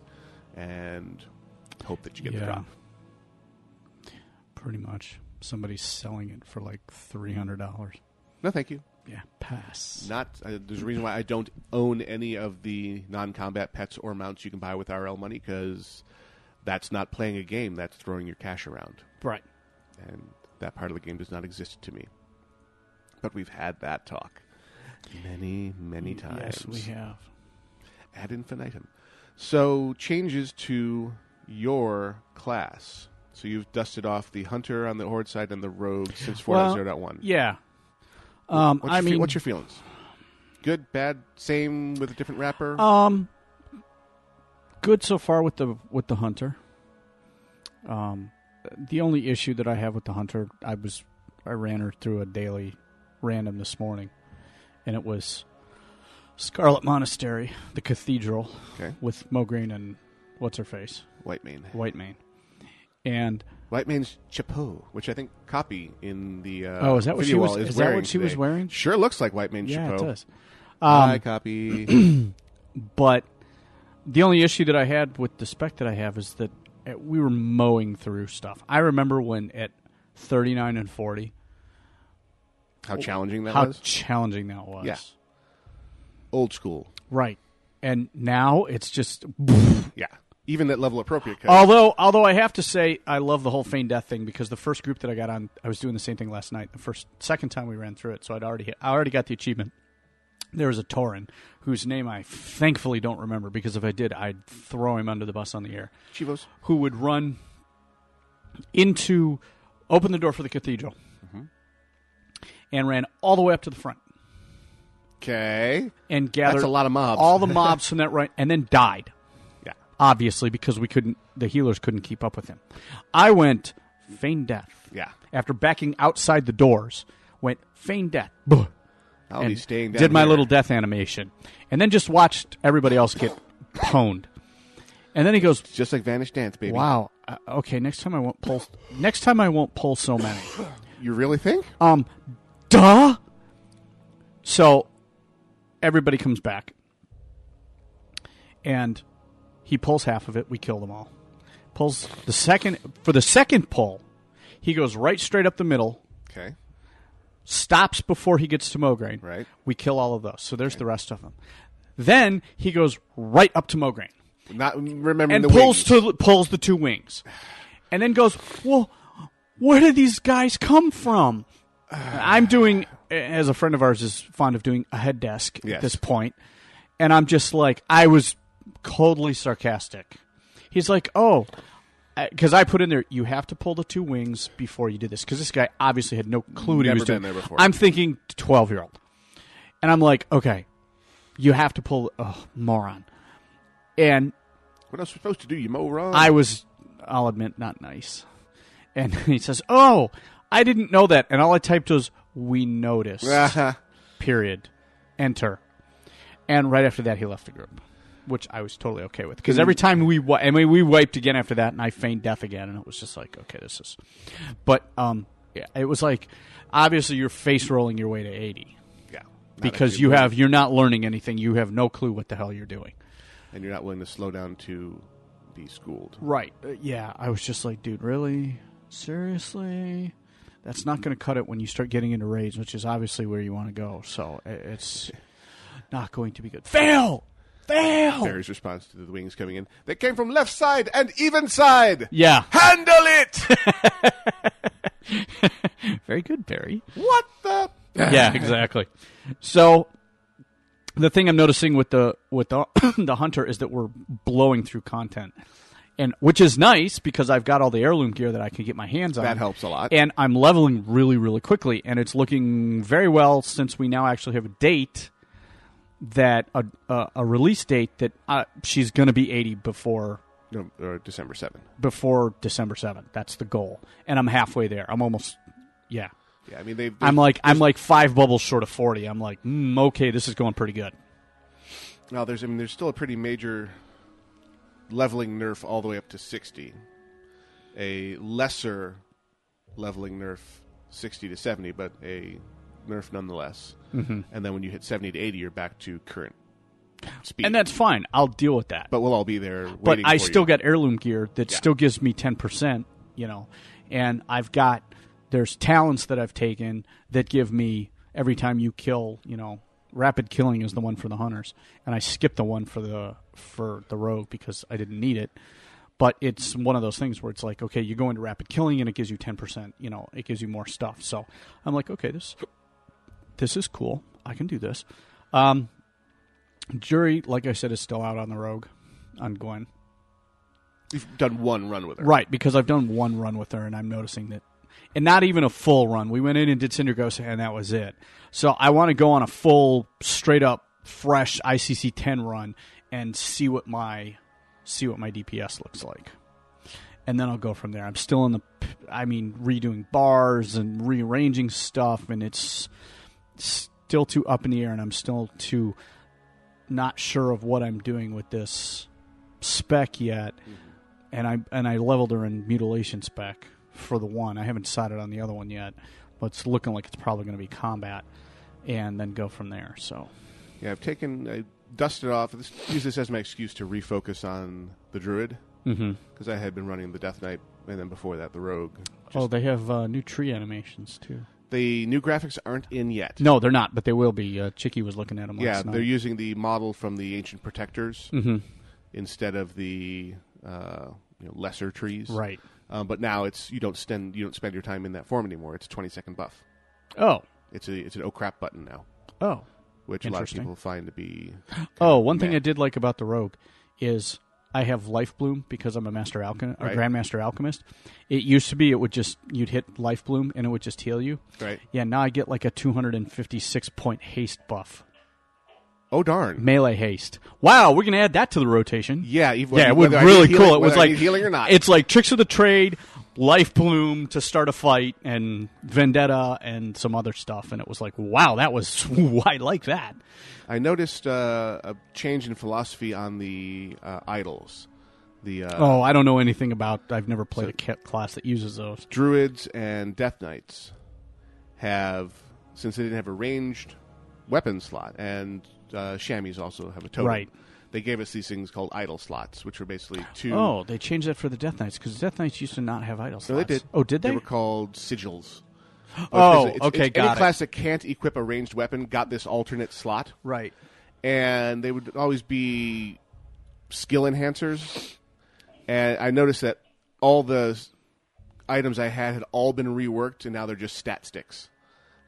and hope that you get Yeah. the drop. Pretty much. Somebody's selling it for like three hundred dollars. No, thank you. Yeah, pass. Not uh, there's a reason why I don't own any of the non-combat pets or mounts you can buy with RL money because that's not playing a game. That's throwing your cash around. Right. And that part of the game does not exist to me. But we've had that talk many, many times. Yes, we have. Ad infinitum. So changes to your class. So you've dusted off the hunter on the horde side and the rogue since 4.0.1. Yeah. Um, What's I your fe- mean, what's your feelings? Good, bad, same with a different wrapper. Um, good so far with the with the hunter. Um, the only issue that I have with the hunter, I was I ran her through a daily random this morning, and it was Scarlet Monastery, the cathedral, Okay. with Mo Green and what's her face, White Mane. White Mane, and White Man's chapeau, which I think copy in the uh, Oh, is that what video she was- wall is that what wearing she was today. wearing? Sure looks like White Man's yeah, chapeau. Uh, it does. Um, Hi, copy. but the only issue that I had with the spec that I have is that uh, we were mowing through stuff. I remember when at 39 and 40, How challenging that how was. challenging that was. Yeah. Old school. Right. And now it's just. Yeah. Even at level appropriate. code. Although, although I have to say, I love the whole feign death thing because the first group that I got on, I was doing the same thing last night. The first, second time we ran through it, so I'd already, hit, I already got the achievement. There was a Torin whose name I thankfully don't remember because if I did, I'd throw him under the bus on the air. Chivos. who would run into, open the door for the cathedral, Mm-hmm. and ran all the way up to the front Okay. and gathered That's a lot of mobs. all the mobs from that right, and then died. Yeah. obviously because we couldn't, the healers couldn't keep up with him. I went feign death Yeah. after backing outside the doors. Went feign death, Buh. I'll and be staying down Did my here. little death animation, and then just watched everybody else get pwned. And then he goes, just like Vanish Dance, baby. Wow. Uh, okay, next time I won't pull. Next time I won't pull so many. You really think? Um, duh. So everybody comes back, and he pulls half of it. We kill them all. Pulls the second for the second pull. He goes right straight up the middle. Okay. Stops before he gets to Mograine. Right. We kill all of those. So there's the rest of them. Then he goes right up to Mograine Not remembering and the pulls wings. to pulls the two wings, and then goes, "Well, where did these guys come from?" I'm doing, as a friend of ours is fond of doing, a head desk Yes. at this point, and I'm just like, I was coldly sarcastic. He's like, "Oh." Because I put in there, you have to pull the two wings before you do this. Because this guy obviously had no clue what he Never was doing. been there before. I'm thinking twelve year old, and I'm like, okay, you have to pull. Oh, moron! And What else we supposed to do? You mow wrong. I was, I'll admit, not nice. And he says, "Oh, I didn't know that." And all I typed was, "We noticed." period. Enter. And right after that, he left the group, which I was totally okay with because every time we, wi- I mean, we wiped again after that, and I feigned death again, and it was just like, okay, this is. But um, yeah, it was like obviously you're face rolling your way to eighty. Yeah. Not Because actually you moving. have you're not learning anything. You have no clue what the hell you're doing. and you're not willing to slow down to be schooled. Right. Uh, yeah. I was just like, dude, really? Seriously? That's not going to cut it when you start getting into raids, which is obviously where you want to go. So i- it's not going to be good. Fail! Fail! Barry's response to the wings coming in. They came from left side and even side. Yeah. Handle it. Very good, Barry. what the? yeah, exactly. So the thing I'm noticing with the with the the hunter is that we're blowing through content. And which is nice because I've got all the heirloom gear that I can get my hands on. That helps a lot. And I'm leveling really really quickly and it's looking very well since we now actually have a date that a a, a release date that uh, she's going to be 80 before No, or December 7th. before December 7th. That's the goal. And I'm halfway there. I'm almost yeah. Yeah, I mean they've. I'm like I'm like five bubbles short of forty. I'm like, mm, okay, this is going pretty good. Now there's I mean there's still a pretty major leveling nerf all the way up to 60. A lesser leveling nerf 60 to 70, but a nerf nonetheless. Mhm. And then when you hit 70 to 80, you're back to current speed. And that's fine. I'll deal with that. but we'll all be there. But waiting I for still you. got heirloom gear that Yeah. still gives me ten percent, you know. And I've got there's talents that I've taken that give me every time you kill, you know, rapid killing is the one for the hunters. And I skipped the one for the for the rogue because I didn't need it. But it's one of those things where it's like, okay, you go into rapid killing and it gives you ten percent, you know, it gives you more stuff. So I'm like, okay, this this is cool. I can do this. Um, jury, like I said, is still out on the rogue, on Gwen. You've done one run with her. Right, because I've done one run with her, and I'm noticing that, and not even a full run. We went in and did Cinder Ghost, and that was it. So I want to go on a full, straight up, fresh ICC 10 run and see what my see what my DPS looks like, and then I'll go from there. I'm still in the, I mean, redoing bars and rearranging stuff, and it's still too up in the air, and I'm still too not sure of what I'm doing with this spec yet and I and I leveled her in mutilation spec for the one. I haven't decided on the other one yet, but it's looking like it's probably going to be combat, and then go from there. So Yeah, I've taken, I dusted off. This, use this as my excuse to refocus on the druid because Mhm. I had been running the Death Knight and then before that the rogue. oh, they have uh, new tree animations too. The new graphics aren't in yet. No, they're not, but they will be. Uh, Chicky was looking at them. yeah, last night. they're using the model from the ancient protectors Mhm. instead of the uh, you know, lesser trees. Right. Um, but now it's you don't spend you don't spend your time in that form anymore. It's a twenty second buff. Oh. It's a it's an oh crap button now. Oh. Which a lot of Interesting. people find to be Oh, one thing I did like about the rogue is I have life bloom because I'm a master alchemist or Right. grandmaster alchemist. It used to be it would just you'd hit life bloom and it would just heal you. Right. Yeah, now I get like a 256 point haste buff. Oh darn. Melee haste. Wow, we're gonna add that to the rotation. Yeah, even- yeah, it would whether I need really healing- cool. It was whether I like need healing or not. It's like tricks of the trade, life bloom to start a fight and vendetta and some other stuff, and it was like, wow, that was I like that. I noticed uh, a change in philosophy on the uh, idols. The uh, oh, I don't know anything about. I've never played a ca- class that uses those. druids and death knights have since they didn't have a ranged weapon slot and uh, chamois also have a totem Right. they gave us these things called idle slots which were basically two Oh, they changed that for the Death Knights because Death Knights used to not have idols. no, they did Oh, did they? they were called sigils Oh, it's- it's- okay, it's any got it. class that can't equip a ranged weapon got this alternate slot right and they would always be skill enhancers and i noticed that all the s- items i had had all been reworked and now they're just stat sticks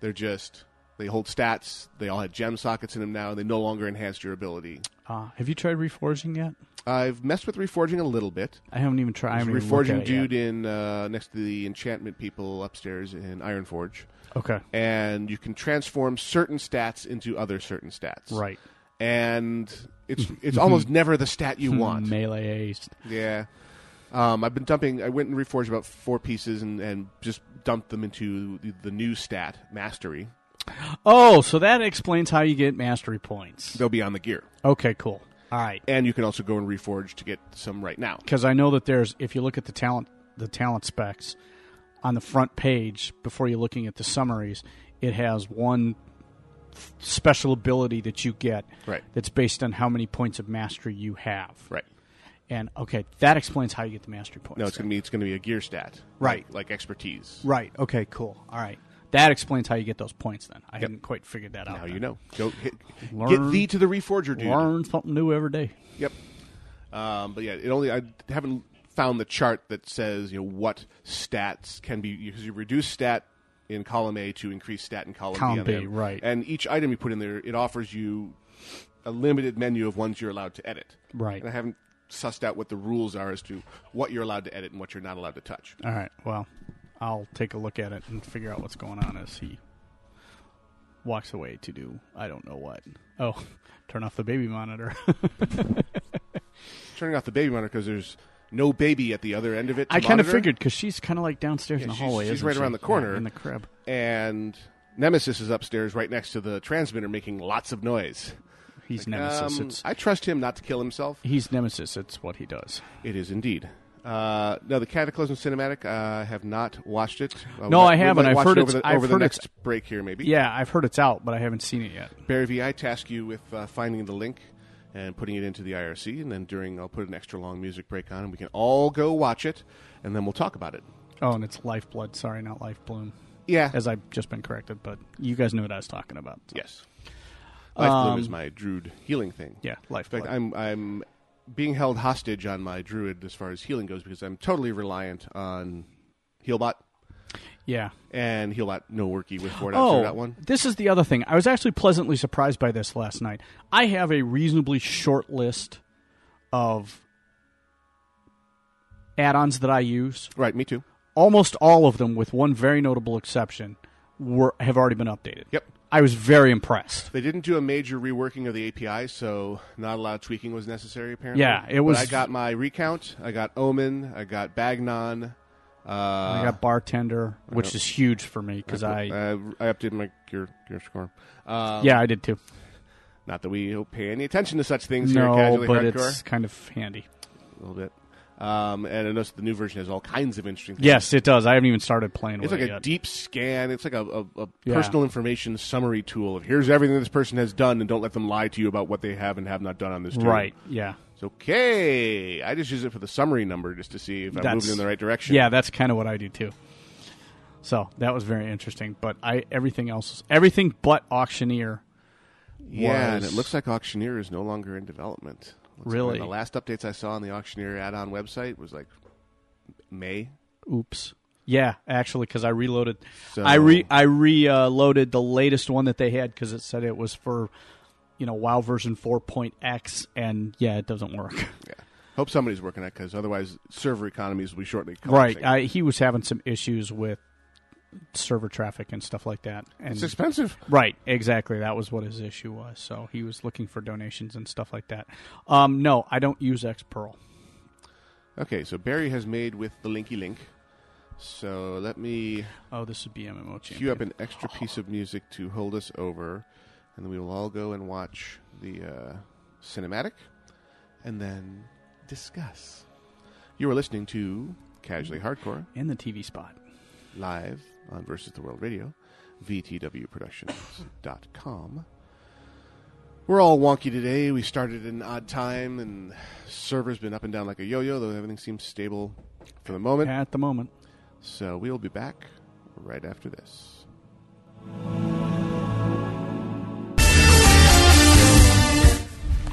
they're just they hold stats they all had gem sockets in them now they no longer enhanced your ability Ah, have you tried reforging yet? i've messed with reforging a little bit I haven't even tried. I There's haven't even looked at reforging it yet. dude in uh, next to the enchantment people upstairs in Ironforge. Okay. And you can transform certain stats into other certain stats. Right. And it's Mm-hmm. it's almost never the stat you want. Hmm, Melee ace. Yeah. Um, I've been dumping. I went and reforged about four pieces and, and just dumped them into the, the new stat mastery. Oh, so that explains how you get mastery points. They'll be on the gear. Okay, cool. All right. And you can also go and reforge to get some right now. because I know that there's if you look at the talent the talent specs on the front page before you're looking at the summaries, it has one f- special ability that you get Right. that's based on how many points of mastery you have. Right. And okay, that explains how you get the mastery points. No, it's gonna be it's gonna be a gear stat. Right. Like, like expertise. Right. Okay. Cool. All right. That explains how you get those points. Then I Yep. hadn't quite figured that out. Now then. you know. Go hit, Learn- get thee to the reforger, dude. Learn something new every day. Yep. Um, but yeah, it only I haven't found the chart that says you know what stats can be because you reduce stat in column A to increase stat in column, Column on B, the item. right. And each item you put in there, it offers you a limited menu of ones you're allowed to edit. Right. And I haven't sussed out what the rules are as to what you're allowed to edit and what you're not allowed to touch. All right. Well, I'll take a look at it and figure out what's going on as he walks away to do I don't know what. Oh, turn off the baby monitor. Turning off the baby monitor because there's no baby at the other end of it. to I kind of monitor. figured because she's kind of like downstairs in Yeah, the she's- hallway. She's, isn't right she? around the Yeah, corner in the crib. and Nemesis is upstairs, right next to the transmitter, making lots of noise. Um, He's Nemesis. It's- I trust him not to kill himself. He's Nemesis. It's what he does. It is indeed. Uh, no, the Cataclysm cinematic. uh, I have not watched it. Uh, no, we might- I we haven't. might I've watch heard it it's over the, I've over the heard next it's- break here, maybe. Yeah, I've heard it's out, but I haven't seen it yet. Barry V, I task you with uh, finding the link and putting it into the IRC, and then during I'll put an extra long music break on, and we can all go watch it, and then we'll talk about it. Oh, and it's Lifeblood. Sorry, not Life Bloom. Yeah. as I've just been corrected, but you guys knew what I was talking about. so. Yes. Life Um, Bloom is my druid healing thing. Yeah, life In fact, blood. I'm I'm being held hostage on my druid as far as healing goes because I'm totally reliant on Healbot. Yeah. And Healbot no worky with four oh, oh. that one. This is the other thing. I was actually pleasantly surprised by this last night. I have a reasonably short list of add-ons that I use. Right, me too. Almost all of them, with one very notable exception, were have already been updated. Yep. I was very impressed. They didn't do a major reworking of the API, so not a lot of tweaking was necessary. Apparently, Yeah, it But was- I got my recount. I got Omen. I got Bagnon. Uh, I got bartender, which yep. is huge for me because I I updated my your your score. Um, yeah I did too. Not that we pay any attention to such things here No, at Casually but Hardcore. it's kind of handy. A little bit. Um, and I noticed the new version has all kinds of interesting things. Yes, it does. I haven't even started playing It's with like it a yet. deep scan. It's like a, a, a Yeah. personal information summary tool of here's everything this person has done, and don't let them lie to you about what they have and have not done on this tool. Right, yeah. It's okay. I just use it for the summary number just to see if I'm That's- moving in the right direction. Yeah, that's kind of what I do too. So that was very interesting. But I everything else, everything but auctioneer. Yeah, and was- it looks like Auctioneer is no longer in development. Looks like Really? the last updates I saw on the Auctioneer add on website was like May. Oops. Yeah, actually, because I reloaded. So- I re I reloaded the latest one that they had because it said it was for, you know, WoW version 4.x, and yeah, it doesn't work. Hope somebody's working on it because otherwise server economies will be shortly collapsing. right. I, he was having some issues with server traffic and stuff like that. And It's expensive. Right, exactly. That was what his issue was. So he was looking for donations and stuff like that. Um, no, I don't use X Pearl. Okay, so Barry has made with the linky link. So let me. Oh, this would be MMO Cue up an extra piece of music to hold us over, and then we will all go and watch the uh, cinematic, and then discuss. You are listening to Casually Hardcore and the TV Spot live on Versus the World Radio, VTWProductions.com. We're all wonky today. We started at an odd time, and server's been up and down like a yo-yo. Though everything seems stable for the moment. at the moment. So we'll be back right after this.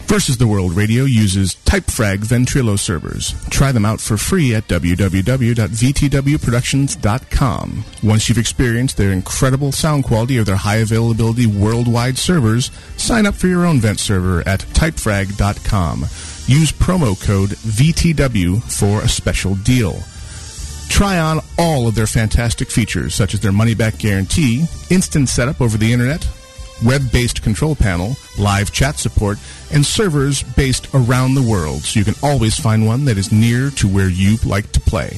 Versus the World Radio uses Typefrag Ventrilo servers. Try them out for free at www.vtwproductions.com. Once you've experienced their incredible sound quality or their high availability worldwide servers, sign up for your own vent server at typefrag.com. Use promo code VTW for a special deal. Try on all of their fantastic features, such as their money back guarantee, instant setup over the internet, web based control panel, live chat support, and servers based around the world, so you can always find one that is near to where you like to play.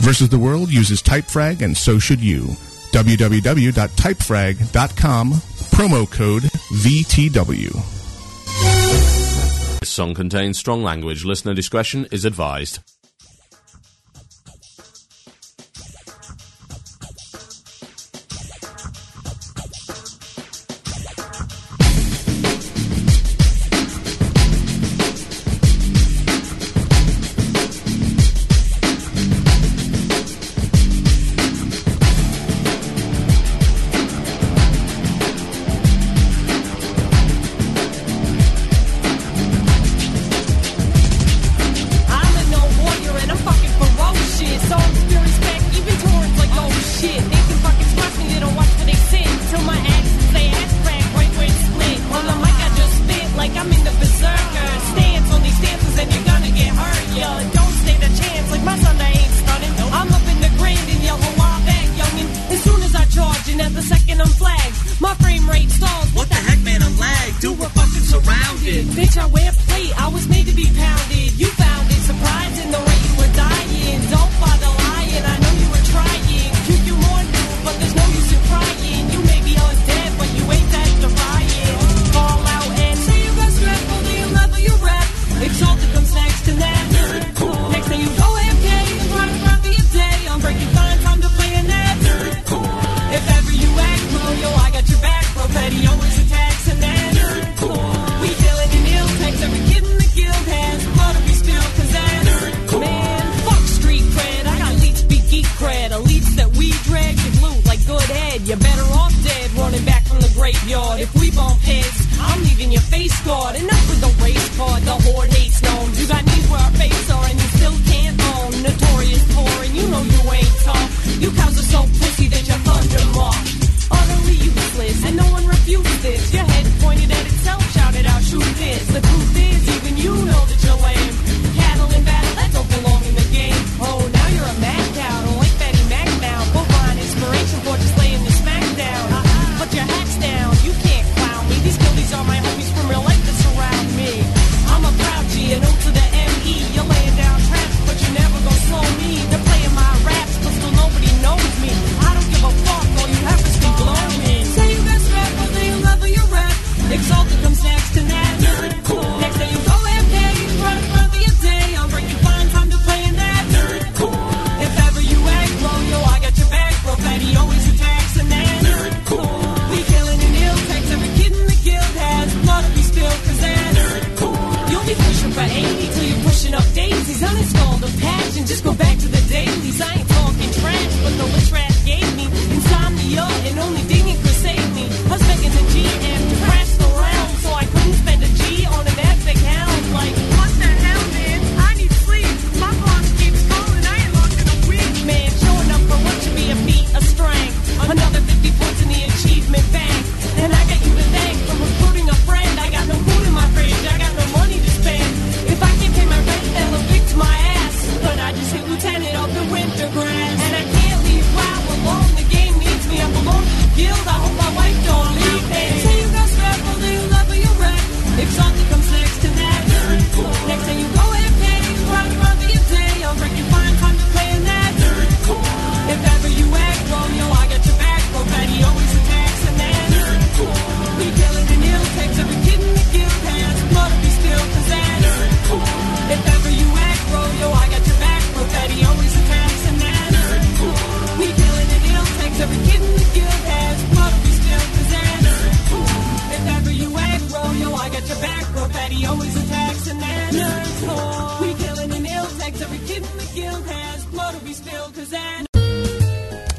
Versus the World uses Typefrag, and so should you. www.typefrag.com, promo code VTW. This song contains strong language. Listener discretion is advised. I'm a no warrior and I'm fucking ferocious. So I'm spirits back even towards like oh shit. They can fucking squash me, they don't watch where they sit. Till my axes they ass crack right where it's split. On the mic I just spit like I'm in the berserker. Stance on these dances and you're gonna get hurt, yo. Don't stand a chance like my son I ain't stunning. I'm up in the grand and yo, who I back, youngin'. As soon as I charge and at the second I'm flagged, my frame rate stalls. What the heck, man, I'm lagged. Dude, we're fucking surrounded. Bitch, I wear plate, I was made to be pounded. You found it surprising the way you were dying. Don't bother lying, I know you were trying. Keep you more new, but there's no use in crying. You may be undead, but you ain't that defiant. Fall out and say you got strapped, only you level your rap. Exalted comes next to that. Next thing you go AFK and try to run your day. I'm breaking fine, time to play a nap. If ever you act bro, yo, I got your back, bro. Petty always attacks and that's We dealing in ill takes every kid in the guild has blood to be spilled, cause that's man, fuck street cred. I got leech be geek cred. Elites that we drag you blue like good head. You're better off dead running back from the graveyard. If we bump heads, I'm leaving your face scarred. Enough with the race card, the horde hates gnomes. You got knees where our face are and you still can't own. Notorious poor and you know you ain't tough. You cows are so pussy that you're under mark. Utterly useless and no one refutes this. Your head pointed at itself, shouted out, shoot this. The truth is, even you know that you're lame. Cattle in battle, that don't belong in the game. Oh, now you're a mad cow, don't like Betty Mac now. Go find inspiration for just laying the smack down. Put your hats down, you can't clown me. These guildies are my homies from real life that surround me. I'm a proud G, an O to the M-E. You're laying down traps, but you're never gonna slow me. They're playing my raps, but still nobody knows me. I don't give a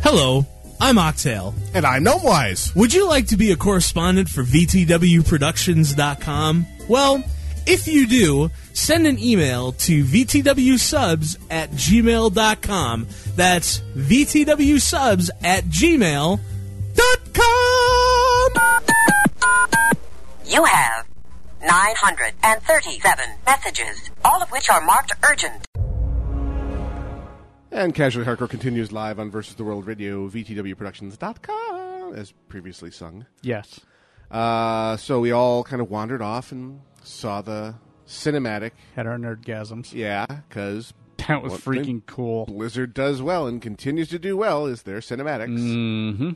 Hello, I'm Oxtail. And I'm Gnomewise. Would you like to be a correspondent for VTWProductions.com? Well, if you do, send an email to VTWSubs at gmail.com. That's VTWSubs at gmail.com. You have 937 messages, all of which are marked urgent. And Casually Hardcore continues live on Versus the World Radio, VTWProductions.com, as previously sung. Yes. Uh, so we all kind of wandered off and saw the cinematic. Had our nerdgasms. Yeah, because. That was freaking cool. Blizzard does well and continues to do well is their cinematics. Mm-hmm.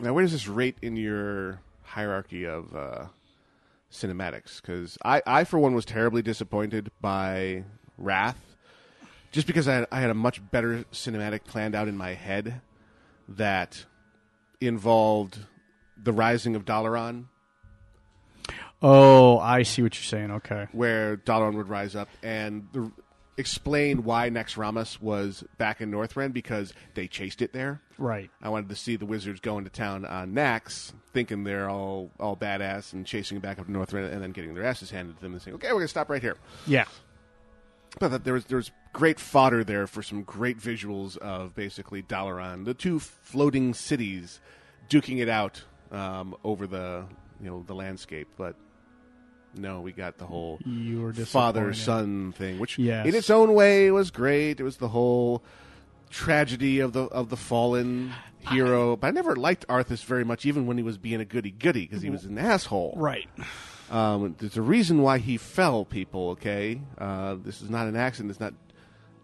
Now, where does this rate in your hierarchy of uh, cinematics? Because I, I, for one, was terribly disappointed by Wrath, just because I had, I had a much better cinematic planned out in my head that involved the rising of Dalaran, Oh, I see what you're saying. Okay. where Dalaran would rise up and the, explain why Nexramas was back in Northrend because they chased it there. Right. I wanted to see the wizards going to town on Nax, thinking they're all all badass and chasing it back up to Northrend, and then getting their asses handed to them and saying, "Okay, we're gonna stop right here." Yeah. But that there was there was great fodder there for some great visuals of basically Dalaran, the two floating cities, duking it out um, over the you know the landscape. But no, we got the whole You were father disappointed. son thing, which Yes. in its own way was great. It was the whole tragedy of the of the fallen hero. but I never liked Arthas very much, even when he was being a goody goody, because he was an asshole. Right. Um, there's a reason why he fell, people. Okay, uh, this is not an accident. It's not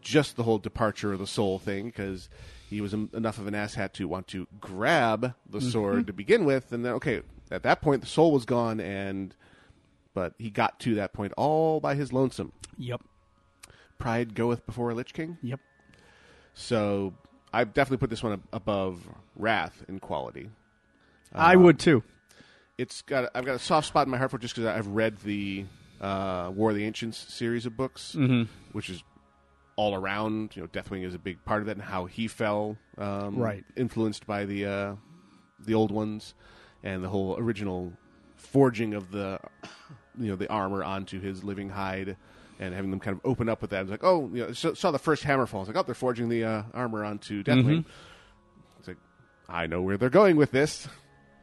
just the whole departure of the soul thing, because he was em- enough of an asshat to want to grab the sword Mhm. to begin with, and then okay, at that point the soul was gone, and but he got to that point all by his lonesome. Yep. Pride goeth before a Lich King. Yep. So I definitely put this one ab- above Wrath in quality. Uh, I would too. It's got I've got a soft spot in my heart for it just because I've read the uh, War of the Ancients series of books, Mhm. which is all around. You know, Deathwing is a big part of that, and how he fell, um, Right. influenced by the uh, the old ones, and the whole original forging of the you know the armor onto his living hide. And having them kind of open up with that, it's like, oh, you know, so, saw the first hammer fall. It's like, oh, they're forging the uh, armor onto Deathwing. Mhm. It's like, I know where they're going with this.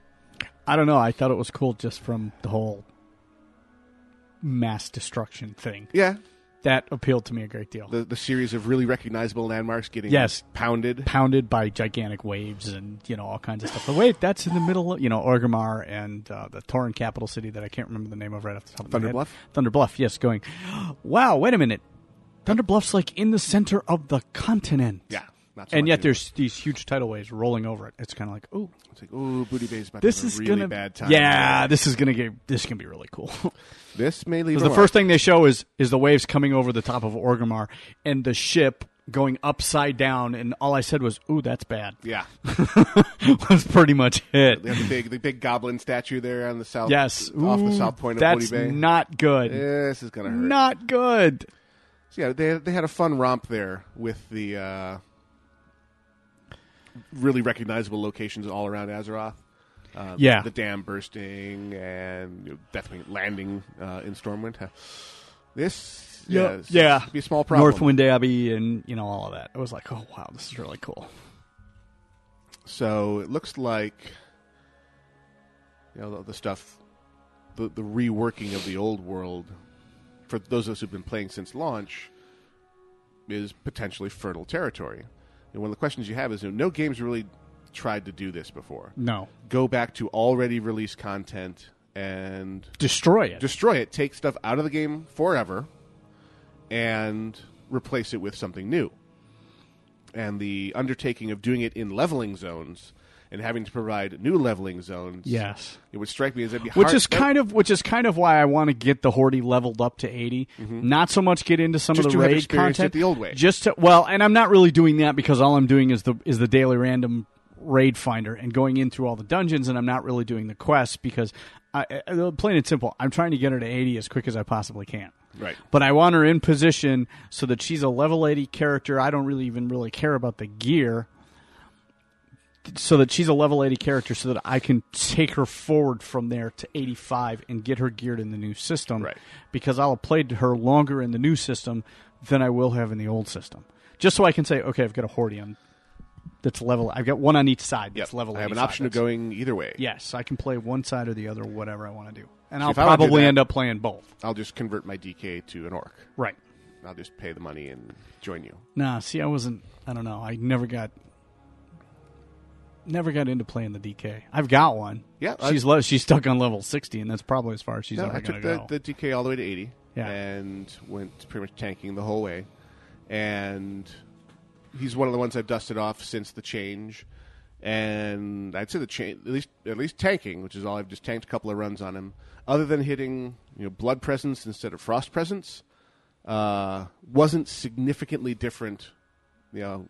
I don't know. I thought it was cool just from the whole mass destruction thing. Yeah. That appealed to me a great deal. the, the series of really recognizable landmarks getting Yes. pounded. Pounded by gigantic waves and, you know, all kinds of stuff. But wait, that's in the middle of, you know, Orgrimmar and uh, the Torrent capital city that I can't remember the name of right off the top of my head. Thunderbluff? Thunder Bluff, yes, going, wow, wait a minute. Thunder Bluff's like in the center of the continent. Yeah, not so and much yet either. there's these huge tidal waves rolling over it. It's kind of like, oh, It's like, ooh, Booty Bay's about this to have a is really gonna bad time. Yeah, this is gonna get this is gonna be really cool. This may leave Because a the mark. first thing they show is is the waves coming over the top of Orgrimmar and the ship going upside down. And all I said was, "Ooh, that's bad." Yeah. was pretty much it. They have the big, the big goblin statue there on the south. Yes, off the Ooh, south point of that's Booty Bay. not good. This is gonna hurt. Not good. So yeah, they they had a fun romp there with the uh, really recognizable locations all around Azeroth. Uh, Yeah. the dam bursting and you know, Deathwing landing uh, in Stormwind. Huh. This, yeah, Yeah, this is yeah. gonna be a small problem. Northwind Abbey and you know all of that. It was like, oh wow, this is really cool. So it looks like you know the, the stuff, the the reworking of the old world for those of us who've been playing since launch is potentially fertile territory. And one of the questions you have is, you know, no games really tried to do this before. No. Go back to already released content and Destroy it. destroy it, take stuff out of the game forever, and replace it with something new. And the undertaking of doing it in leveling zones and having to provide new leveling zones. Yes. it would strike me as it'd be Which hard- is kind of which is kind of why I want to get the Horty leveled up to 80 Not so much get into some Mm-hmm. Just of the to have raid experienced it content the old way. Just to, well, and I'm not really doing that because all I'm doing is the is the daily random raid finder and going in through all the dungeons, and I'm not really doing the quests because, I, I, plain and simple, I'm trying to get her to 80 as quick as I possibly can. Right. But I want her in position so that she's a level 80 character. I don't really even really care about the gear. so that she's a level 80 character so that I can take her forward from there to 85 and get her geared in the new system. Right. Because I'll have played her longer in the new system than I will have in the old system. Just so I can say, okay, I've got a Hordeon that's level. I've got one on each side that's level I have an 85. option of That's- going either way. Yes, I can play one side or the other, whatever I want to do. And See, I'll if I would do probably that, end up playing both. I'll just convert my DK to an orc. Right. I'll just pay the money and join you. Nah, see, I wasn't. I don't know. I never got. Never got into playing the DK. I've got one. Yeah, I- she's le- she's stuck on level sixty, and that's probably as far as she's No, ever I took gonna go. the, the DK all the way to 80 Yeah. and went pretty much tanking the whole way. And he's one of the ones I've dusted off since the change. And I'd say the change, at least at least tanking, which is all I've just tanked a couple of runs on him. Other than hitting you know blood presence instead of frost presence, uh, wasn't significantly different. You know,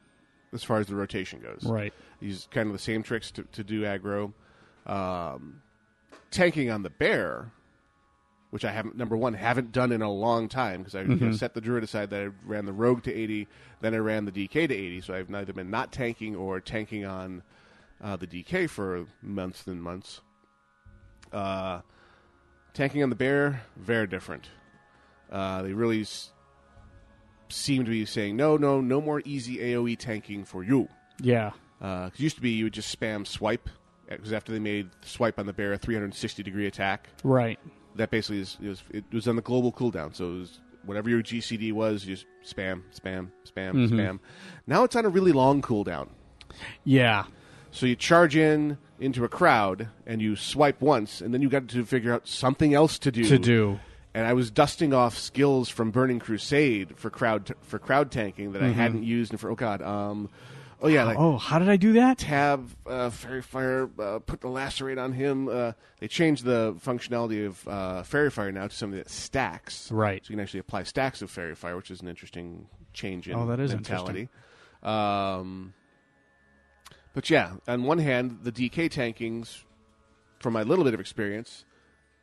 as far as the rotation goes, Right. Use kind of the same tricks to, to do aggro. Um, tanking on the bear, which I haven't number one haven't done in a long time because I you know, Mhm. set the druid aside. That I ran the rogue to eighty, then I ran the DK to eighty. So I've neither been not tanking or tanking on uh, the DK for months and months. Uh, tanking on the bear, very different. Uh, they really s- seem to be saying no, no, no more easy AOE tanking for you. Yeah. Uh, 'cause it used to be you would just spam swipe because after they made swipe on the bear a 360 degree attack, Right. That basically is it was, it was on the global cooldown, so it was whatever your GCD was, you just spam, spam, spam, Mhm. spam. Now it's on a really long cooldown. Yeah. So you charge in into a crowd and you swipe once, and then you got to figure out something else to do. To do. And I was dusting off skills from Burning Crusade for crowd for crowd tanking that Mhm. I hadn't used, and for oh god, um, oh yeah, like oh, how did I do that? Tab, uh, Fairy Fire, uh, put the lacerate on him. Uh, they changed the functionality of uh, Fairy Fire now to something that stacks. Right. So you can actually apply stacks of Fairy Fire, which is an interesting change in Oh, that is mentality. Um, but yeah, on one hand, the DK tankings, from my little bit of experience,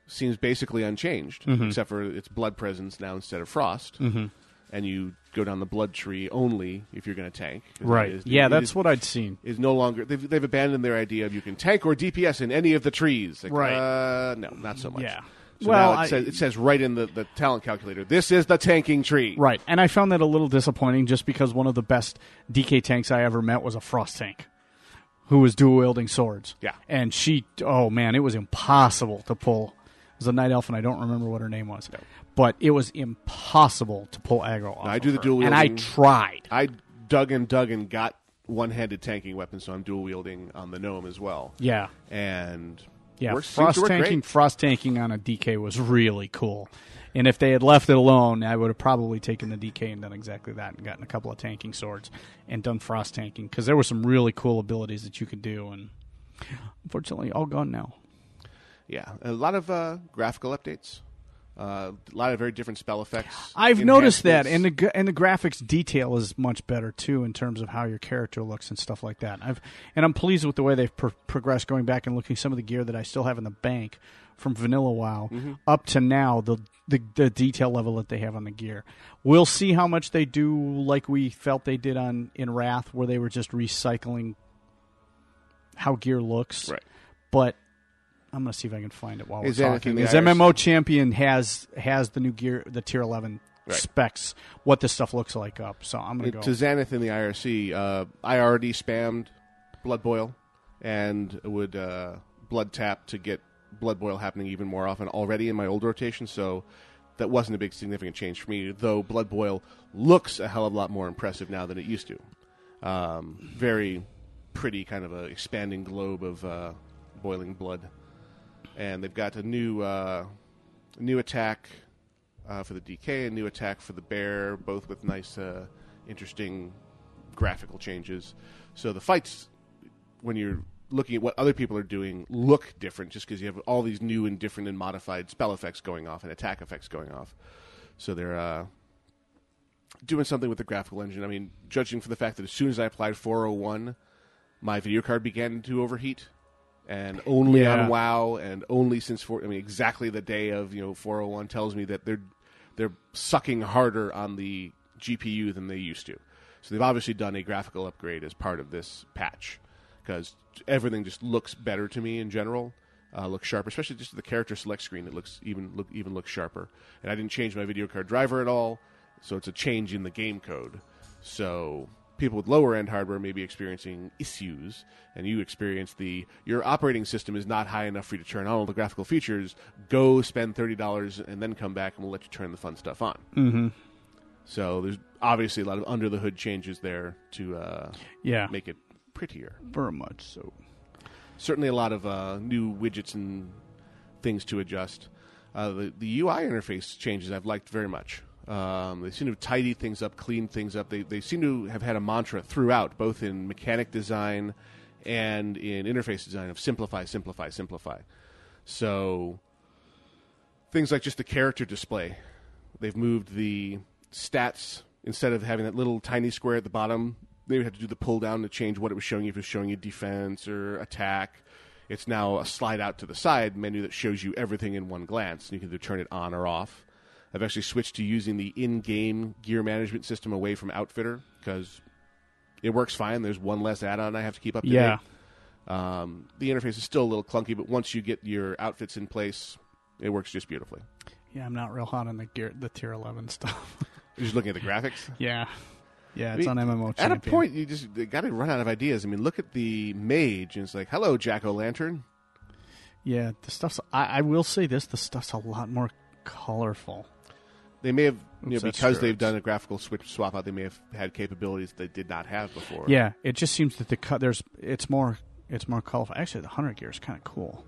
seems basically unchanged, Mhm. except for it's blood presence now instead of frost. Mhm. And you go down the blood tree only if you're going to tank. Right. It is- Yeah, it that's is- what I'd seen. Is no longer they've, they've abandoned their idea of you can tank or DPS in any of the trees. Like, Right. Uh, no, not so much. Yeah. So Well, now it, I- says, it says right in the, the talent calculator, this is the tanking tree. Right. And I found that a little disappointing just because one of the best DK tanks I ever met was a frost tank who was dual wielding swords. Yeah. And she oh man, it was impossible to pull. It was a night elf and I don't remember what her name was. But it was impossible to pull aggro off. I of do the her. dual And wielding. I tried. I dug and dug and got one handed tanking weapon, so I'm dual wielding on the gnome as well. Yeah. And Yeah, works, seems frost to work great. tanking, frost tanking on a DK was really cool. And if they had left it alone, I would have probably taken the DK and done exactly that, and gotten a couple of tanking swords and done frost tanking because there were some really cool abilities that you could do. And unfortunately, all gone now. Yeah, a lot of uh, graphical updates, uh, a lot of very different spell effects. I've noticed that, enhancements. and the gra- and the graphics detail is much better too in terms of how your character looks and stuff like that. I've and I'm pleased with the way they've pro- progressed. Going back and looking some of the gear that I still have in the bank from Vanilla WoW Mhm. up to now, the, the the detail level that they have on the gear. We'll see how much they do, like we felt they did on in Wrath, where they were just recycling how gear looks. Right. But I'm gonna see if I can find it while Is we're there talking. anything Is the IRC MMO champion has has the new gear, the tier 11 Right. specs, what this stuff looks like up. So I'm gonna Uh, go. to Xanath in the IRC. Uh, I already spammed Blood Boil and would uh, Blood Tap to get Blood Boil happening even more often already in my old rotation, so that wasn't a big significant change for me, though Blood Boil looks a hell of a lot more impressive now than it used to. Um, very pretty, kind of a expanding globe of uh, boiling blood. And they've got a new uh, new attack uh, for the DK, a new attack for the bear, both with nice, uh, interesting graphical changes. So the fights, when you're looking at what other people are doing, look different just because you have all these new and different and modified spell effects going off and attack effects going off. So they're uh, doing something with the graphical engine. I mean, judging from the fact that as soon as I applied 401, my video card began to overheat. And only Yeah. on WoW, and only since four, I mean, exactly the day of you know 401 tells me that they're they're sucking harder on the GPU than they used to. So they've obviously done a graphical upgrade as part of this patch because everything just looks better to me in general. Uh, looks sharper, especially just the character select screen. It looks even look even looks sharper. And I didn't change my video card driver at all, so it's a change in the game code. So people with lower end hardware may be experiencing issues, and you experience the your operating system is not high enough for you to turn on all the graphical features. Go spend thirty dollars and then come back, and we'll let you turn the fun stuff on. Mm-hmm. So there's obviously a lot of under the hood changes there to uh, Yeah. make it prettier. Very much so. Certainly a lot of uh, new widgets and things to adjust. Uh, the, the UI interface changes I've liked very much. Um, they seem to have tidied things up, cleaned things up. They, they seem to have had a mantra throughout, both in mechanic design and in interface design of simplify, simplify, simplify. So things like just the character display. They've moved the stats instead of having that little tiny square at the bottom. They would have to do the pull down to change what it was showing you if it was showing you defense or attack. It's now a slide out to the side menu that shows you everything in one glance. You can either turn it on or off. I've actually switched to using the in game gear management system away from Outfitter because it works fine. There's one less add on I have to keep up to Yeah. date. Um, the interface is still a little clunky, but once you get your outfits in place, it works just beautifully. Yeah, I'm not real hot on the gear, the tier 11 stuff. You're just looking at the graphics. yeah. Yeah, I it's mean, on MMO At a Champion. point, you just got to run out of ideas. I mean, look at the mage, and it's like, "Hello, Jack O' Lantern." Yeah, the stuff's. I, I will say this: the stuff's a lot more colorful. They may have, you know, Oops, that's because they've steroids. done a graphical switch swap out. They may have had capabilities they did not have before. Yeah, it just seems that the cut there's it's more it's more colorful. Actually, the hunter gear is kind of cool.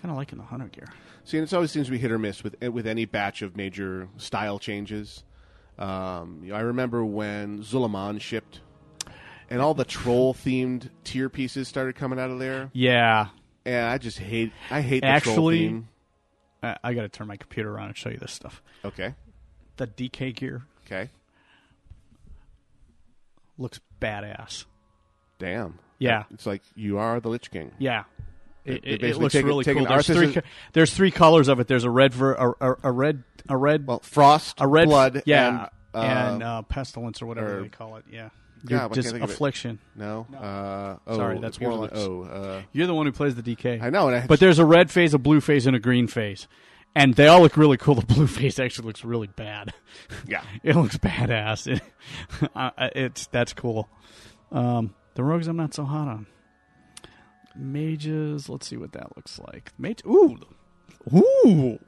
Kind of liking the hunter gear. See, and it always seems to be hit or miss with eh, with any batch of major style changes. Um, you know, I remember when Zulaman shipped, and all the troll themed tier pieces started coming out of there. Yeah, and I just hate. I hate the troll actually. theme. I, I got to turn my computer on and show you this stuff. Okay. The DK gear. Okay. Looks badass. Damn. Yeah. It's like you are the Lich King. Yeah. They- It, they it, it basically looks take it- really take cool. an There's three, artisan- co- there's three colors of it. There's a red ver, a, a, a red, a red, well, frost, a red, blood, yeah, and, uh, and, uh, pestilence or whatever or- they call it. Yeah, God, Your why can't I dis- think of it? affliction. No. Uh, oh, Sorry, that's more like warlocks. oh. Uh, You're the one who plays the DK. I know, and I but there's a red phase, a blue phase, and a green phase, and they all look really cool. The blue phase actually looks really bad. Yeah. it looks badass. It, I- it's that's cool. Um, the rogues I'm not so hot on. Mages, let's see what that looks like. Mage, ooh, ooh,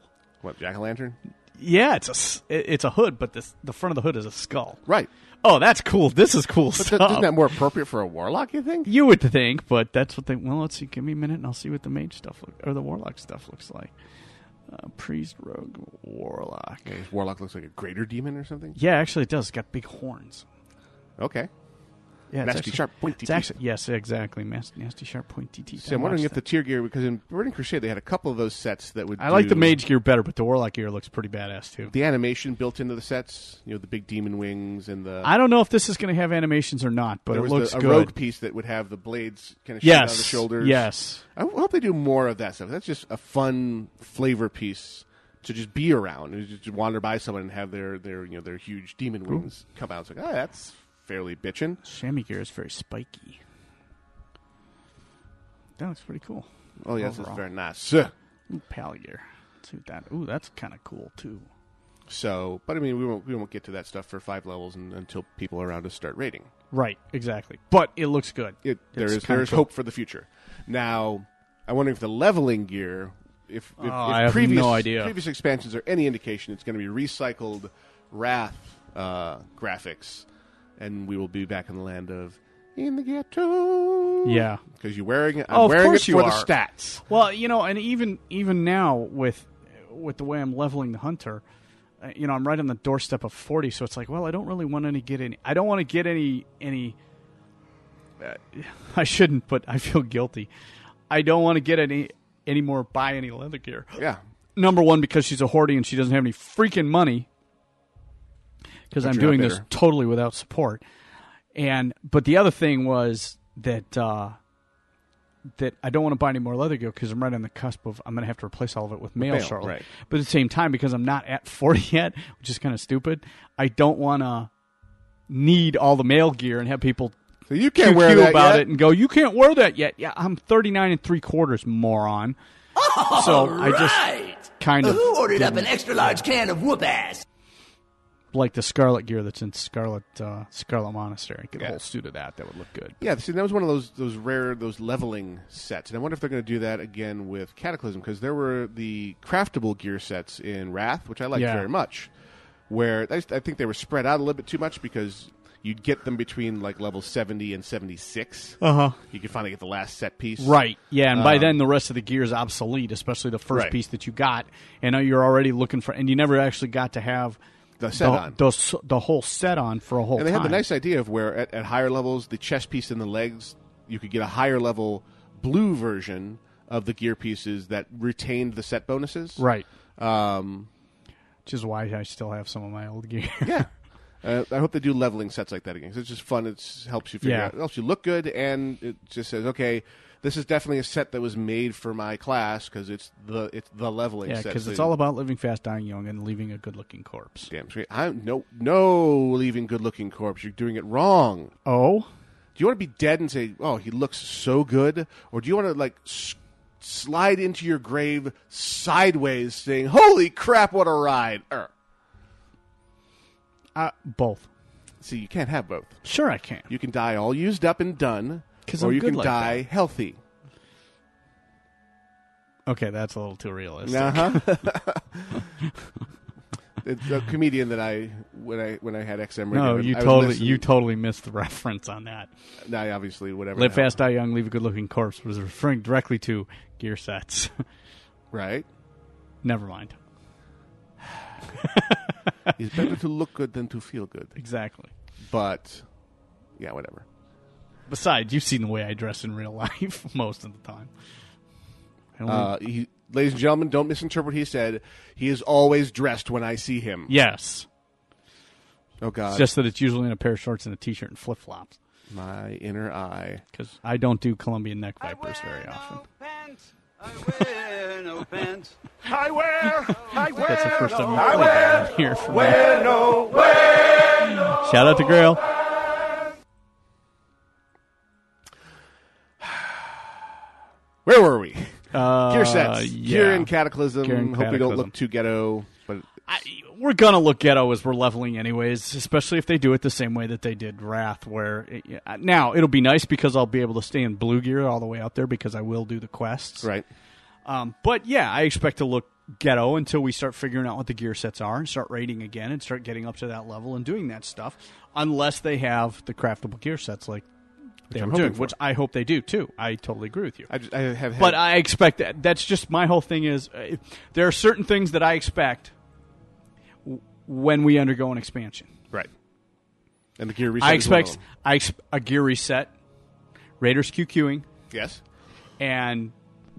what jack o' lantern? yeah, it's a s- it- it's a hood, but this the front of the hood is a skull. Right. Oh, that's cool. This is cool But stuff. isn't that more appropriate for a warlock? You think? You would think, but that's what they. Well, let's see. Give me a minute, and I'll see what the mage stuff look, or the warlock stuff looks like. Uh, priest, rogue, warlock. Yeah, his warlock looks like a greater demon or something. Yeah, actually, it does. It's got big horns. Okay. Yeah, it's Nasty, actually- sharp, pointy it's teeth. actually- yes, exactly. Mas- nasty, sharp, pointy teeth. See, I'm I wondering watched if the tier gear because in Burning Crusade they had a couple of those sets that would. that. I like the do- mage gear better, but the warlock gear looks pretty badass too. The animation built into the sets, you know, the big demon wings and the. I don't know if this is going to have animations or not, but there it was looks the, a good. rogue piece that would have the blades kind of shoot out of the Yes, shoulders. yes. I hope they do more of that stuff. That's just a fun flavor piece to just be around. You Just wander by someone and have their, their you know their huge demon wings come out. It's like, oh, that's fairly bitchin'. Chamois gear is very spiky. That looks pretty cool. Oh, yes, it's Overall. very nice. Ooh, pal gear. Let's see what that. Ooh, that's kind of cool too. So, but I mean, we won't we won't get to that stuff for five levels and, until people around us start rating. Right, exactly. But it looks good. It, there It's is kinda there is cool. hope for the future. Now, I'm wondering if the leveling gear, if, if, Oh, if I have previous no idea. previous expansions are any indication, it's going to be recycled Wrath uh, graphics, and we will be back in the land of in the ghetto. Yeah. because you're wearing it. I'm Oh, of wearing it course for you the are. stats. Well, you know, and even even now with with the way I'm leveling the hunter, uh, you know, I'm right on the doorstep of 40, so it's like, well, I don't really want any get any. I don't want to get any any. Uh, I shouldn't, but I feel guilty. I don't want to get any any more buy any leather gear. Yeah. Number one, because she's a hoardy and she doesn't have any freaking money. Because But I'm you're not doing this bitter. totally without support. And but the other thing was that uh, that I don't want to buy any more leather gear because I'm right on the cusp of I'm going to have to replace all of it with male, male, Charlotte. right. But at the same time, because I'm not at 40 yet, which is kind of stupid, I don't want to need all the male gear and have people So you can't wear QQ that about yet. it and go, you can't wear that yet. Yeah, I'm 39 and three quarters, moron. so I right. just kind of Who ordered up didn't an extra large can of whoop ass? like the scarlet gear that's in Scarlet uh, Scarlet Monastery. Get a whole suit of that. That would look good. Yeah, see, that was one of those those rare those leveling sets, and I wonder if they're going to do that again with Cataclysm because there were the craftable gear sets in Wrath, which I liked Yeah. very much. Where I, just- I think they were spread out a little bit too much because you'd get them between like level seventy and seventy six. Uh-huh. You could finally get the last set piece. Right. Yeah, and by Um, then the rest of the gear is obsolete, especially the first Right. piece that you got, and uh, you're already looking for, and you never actually got to have The set on. the, the whole set on for a whole. and they time. had the nice idea of where at, at higher levels the chest piece and the legs you could get a higher level blue version of the gear pieces that retained the set bonuses Right. um, which is why i still have some of my old gear yeah uh, i hope they do leveling sets like that again 'cause it's just fun it helps you figure Yeah. out it helps you look good and it just says okay this is definitely a set that was made for my class because it's the it's the leveling Yeah, set because it's So- all about living fast, dying young, and leaving a good-looking corpse. Damn straight. I'm no no leaving good looking corpse. You're doing it wrong. Oh. Do you want to be dead and say, "Oh, he looks so good," or do you want to like s- slide into your grave sideways, saying, "Holy crap, what a ride!" Er. Uh, both. See, you can't have both. Sure, I can. You can die all used up and done, 'Cause or I'm you good can like die healthy. Okay, that's a little too realistic. Uh-huh. it's a comedian that I when I when I had XM radio. no, and you I was totally listening- you totally missed the reference on that. No, I obviously whatever. Live happened. fast, die young, leave a good-looking corpse was referring directly to gear sets. right. Never mind. It's better to look good than to feel good. Exactly. But yeah, whatever. Besides, you've seen the way I dress in real life most of the time. I only- Uh, he, ladies and gentlemen, don't misinterpret. what He said he is always dressed when I see him. yes, Oh God. it's just that it's usually in a pair of shorts and a t-shirt and flip-flops. My inner eye. Because I don't do Colombian neck vipers very often. no pants. I wear, I wear, That's the first time I I've played wear, that on here. For me. wear no, wear no. Shout out to Grail. Where were we? Uh, gear sets, gear yeah. and cataclysm. Gear and Hope you don't Cataclysm. look too ghetto. But We're gonna look ghetto as we're leveling, anyways. Especially if they do it the same way that they did Wrath, where it, uh, now it'll be nice because I'll be able to stay in blue gear all the way out there because I will do the quests. Right. Um, but yeah, I expect to look ghetto until we start figuring out what the gear sets are and start raiding again and start getting up to that level and doing that stuff. Unless they have the craftable gear sets like they I'm are hoping doing, for. which I hope they do too. I totally agree with you. I, just, I have, but I expect that. That's just my whole thing. Is uh, there are certain things that I expect w- when we undergo an expansion. right. And the gear reset. I is one of expect them. I ex- a gear reset, Raiders QQing, Yes. and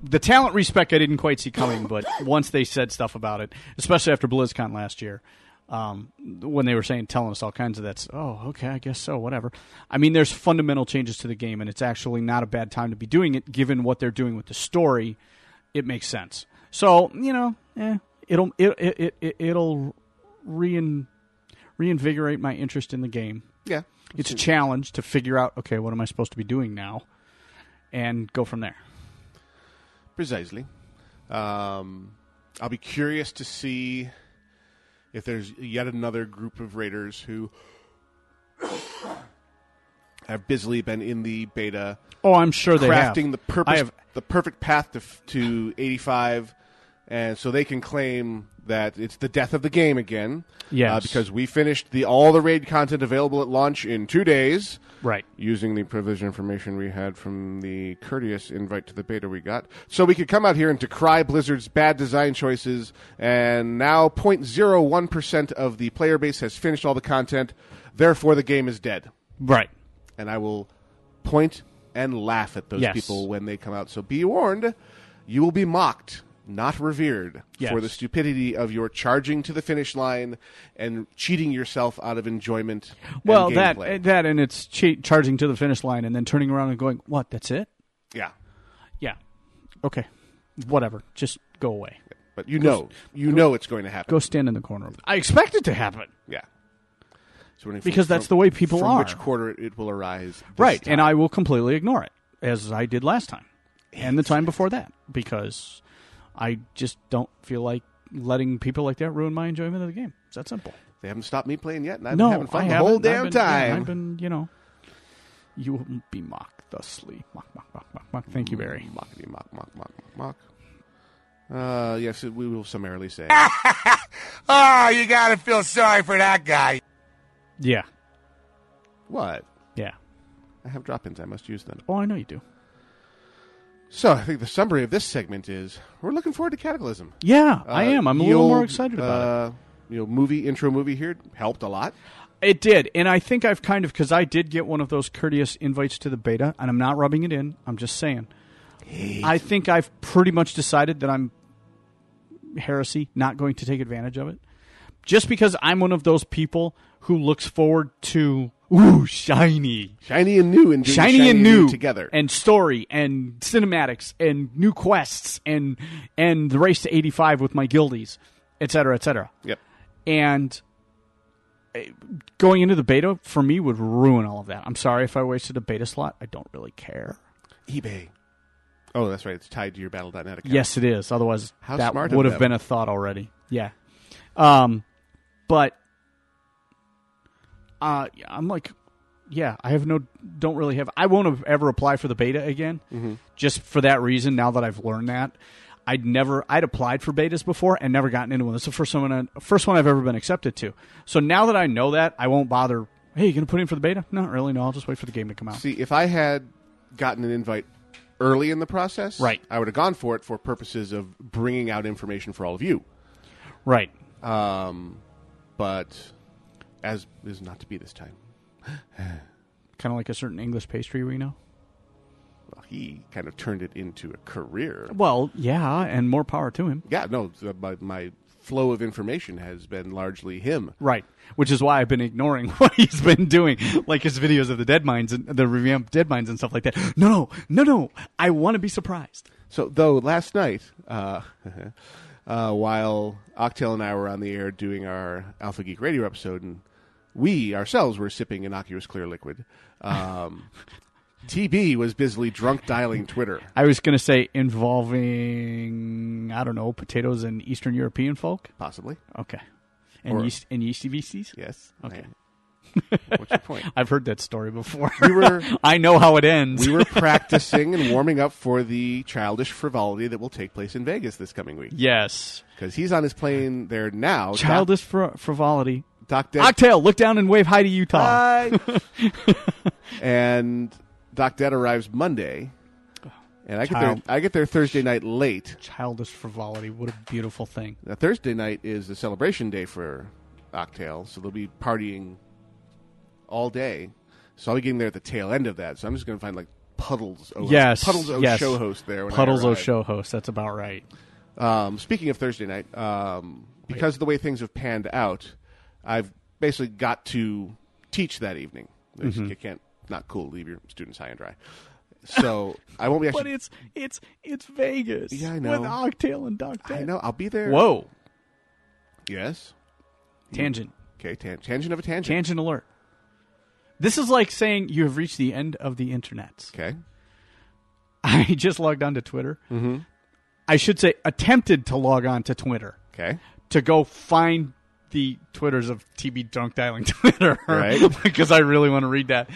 the talent respec I didn't quite see coming, but once they said stuff about it, especially after BlizzCon last year, um, when they were saying telling us all kinds of that. s- Oh, okay, I guess so. Whatever. I mean, there's fundamental changes to the game, and it's actually not a bad time to be doing it, given what they're doing with the story. It makes sense. So you know, eh, it'll it it, it it'll rein, reinvigorate my interest in the game. Yeah. It's a challenge to figure out okay, what am I supposed to be doing now, and go from there. Precisely. Um, I'll be curious to see if there's yet another group of raiders who have busily been in the beta. Oh, I'm sure they have. crafting the I purpose, have- the perfect path to f- to 85, and so they can claim that it's the death of the game again. Yes. uh, because we finished the all the raid content available at launch in two days. Right. Using the provision information we had from the courteous invite to the beta we got. So we could come out here and decry Blizzard's bad design choices, and now 0.01% of the player base has finished all the content, therefore the game is dead. Right. And I will point and laugh at those Yes. people when they come out. So be warned, you will be mocked, not revered, Yes. for the stupidity of your charging to the finish line and cheating yourself out of enjoyment. and Well, that uh, gameplay. that and it's che- charging to the finish line and then turning around and going, "What? That's it? yeah. Yeah, okay, whatever. Just go away. But you know, you know it's going to happen. Go stand in the corner. I expect it to happen. Yeah. So when it- Because that's the way people from are. Which quarter it, it will arise? this right, time. and I will completely ignore it as I did last time and the time before that because I just don't feel like letting people like that ruin my enjoyment of the game. It's that simple. They haven't stopped me playing yet, and I've no, been having fun I the whole haven't. I've damn been- yeah, time. I've been, you know, you will be mocked thusly. Mock, mock, mock, mock, mock. Thank Mm. you, Barry. Mockity, mock, mock, mock, mock, mock. Uh, yes, we will summarily say. Oh, you gotta feel sorry for that guy. yeah. What? Yeah. I have drop ins I must use them. Oh, I know you do. So I think the summary of this segment is we're looking forward to Cataclysm. Yeah, I am. I'm a the little more old, excited about uh, You know, movie intro movie here helped a lot. It did, and I think I've kind of because I did get one of those courteous invites to the beta, and I'm not rubbing it in. I'm just saying. I think I've pretty much decided that I'm heresy, not going to take advantage of it, just because I'm one of those people who looks forward to ooh shiny, shiny and new, and doing shiny, shiny and and new new together. and story and cinematics and new quests and and the race to 85 with my guildies, et cetera, et cetera. Yep. And eh, going into the beta for me would ruin all of that. I'm sorry if I wasted a beta slot. I don't really care. eBay. Oh, that's right. It's tied to your Battle.net account. Yes, it is. Otherwise, How that smart of would have them. been a thought already. Yeah. Um, but uh, I'm like, yeah, I have no, don't really have. I won't have ever apply for the beta again, Mhm. just for that reason. Now that I've learned that, I'd never, I'd applied for betas before and never gotten into one. That's the first one, I, first one I've ever been accepted to. So now that I know that, I won't bother. Hey, you gonna put in for the beta? Not really. No, I'll just wait for the game to come out. See, if I had gotten an invite early in the process, Right. I would have gone for it for purposes of bringing out information for all of you. Right. Um, but as is not to be this time. Kind of like a certain English pastry we know. Well, he kind of turned it into a career. Well, yeah, and more power to him. Yeah, no, the- my, my flow of information has been largely him. Right, which is why I've been ignoring what he's been doing, like his videos of the dead mines and the revamped dead mines and stuff like that. No, no, no, no. I want to be surprised. So, though, last night, uh, uh, while Octel and I were on the air doing our Alpha Geek Radio episode, and we ourselves were sipping innocuous clear liquid, um, TB was busily drunk dialing Twitter. I was going to say involving I don't know potatoes and Eastern European folk, possibly. Okay, and Or- yeast and yeasty beasties. Yes. Okay. What's your point? I've heard that story before. We were. I know how it ends. We were practicing and warming up for the childish frivolity that will take place in Vegas this coming week. Yes. Because he's on his plane there now. Doc- Childish fro- frivolity. Doc Dead- Octail, look down and wave hi to Utah. and Doc Dead arrives Monday. And I get Child. there. I get there Thursday night late. Childish frivolity. What a beautiful thing. Now, Thursday night is the celebration day for Octail, so they'll be partying all day. So I'll be getting there at the tail end of that. So I'm just going to find like puddles. O- yes. puddles O yes. show host there. When I Puddles O arrive. show host. That's about right. Um, speaking of Thursday night, um, because of the way things have panned out, I've basically got to teach that evening. It's- Mhm. You can't not cool leave your students high and dry. So I won't be actually. But it's it's it's Vegas. Yeah, I know. With Octail and Duck I know I'll be there. Whoa. Yes. Tangent. Okay. Tan- tangent of a tangent. Tangent alert. This is like saying you have reached the end of the internet. Okay. I just logged on to Twitter. Mm-hmm. I should say attempted to log on to Twitter. Okay. To go find the Twitters of TB Drunk Dialing Twitter. Right. Because I really want to read that.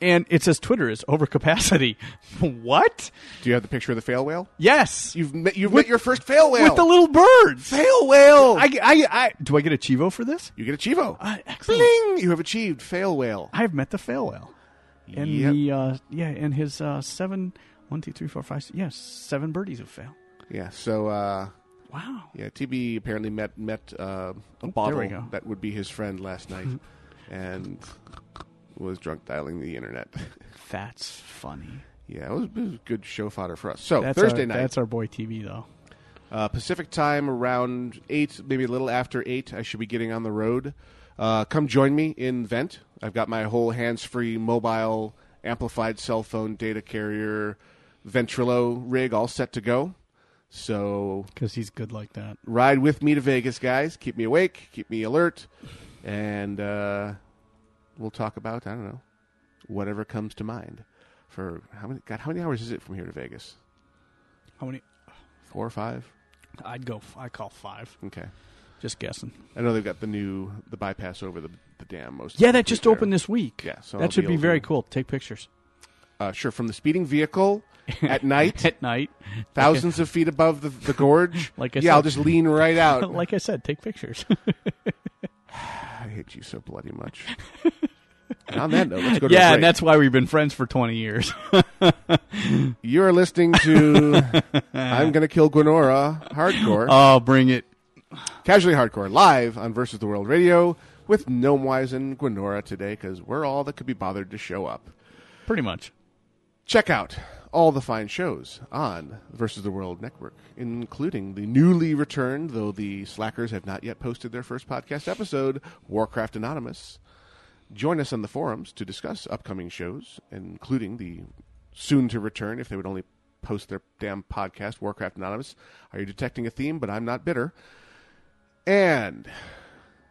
And it says Twitter is over capacity. what? Do you have the picture of the fail whale? Yes. You've met, you've met your first fail whale With the little birds. fail whale. I, I, I, do I get a Chivo for this? you get a chivo. Uh, excellent. Bling! You have achieved fail whale. I have met the fail whale. And Yep. the uh, yeah, and his uh, seven one, two, three, four, five, six, yes, seven birdies have failed. Yeah. So. uh Wow. Yeah. TB apparently met met uh, a we bottle go. that would be his friend last night, and was drunk dialing the internet. That's funny. Yeah, it was, it was good show fodder for us. So that's Thursday our, night, That's our boy TV though. uh, Pacific time around eight, maybe a little after eight. I should be getting on the road. Uh, come join me in Vent. I've got my whole hands-free mobile amplified cell phone data carrier Ventrilo rig all set to go. So Because he's good like that. ride with me to Vegas, guys. Keep me awake, keep me alert, and uh, we'll talk about I don't know whatever comes to mind. For how many? God, how many hours is it from here to Vegas? How many? Four or five? I'd go. I call five. Okay. Just guessing. I know they've got the new the bypass over the the dam. Most Yeah, of the that just future. opened this week. Yeah, so that I'll should be, able to- very cool. Take pictures. uh, sure from the speeding vehicle at night. at night, thousands of feet above the, the gorge. Like I yeah, said, I'll just lean right out. like I said, take pictures. I hate you so bloody much. and on that note, let's go to yeah, a break. and that's why we've been friends for twenty years. You are listening to I'm Gonna Kill Gwenora Hardcore. Oh, bring it. Casually Hardcore live on Versus the World Radio with Gnomewise and Gwenora today because we're all that could be bothered to show up. Pretty much. Check out all the fine shows on Versus the World Network, including the newly returned, though the slackers have not yet posted their first podcast episode, Warcraft Anonymous. Join us on the forums to discuss upcoming shows, including the soon to return, if they would only post their damn podcast, Warcraft Anonymous. Are you detecting a theme? But I'm not bitter. And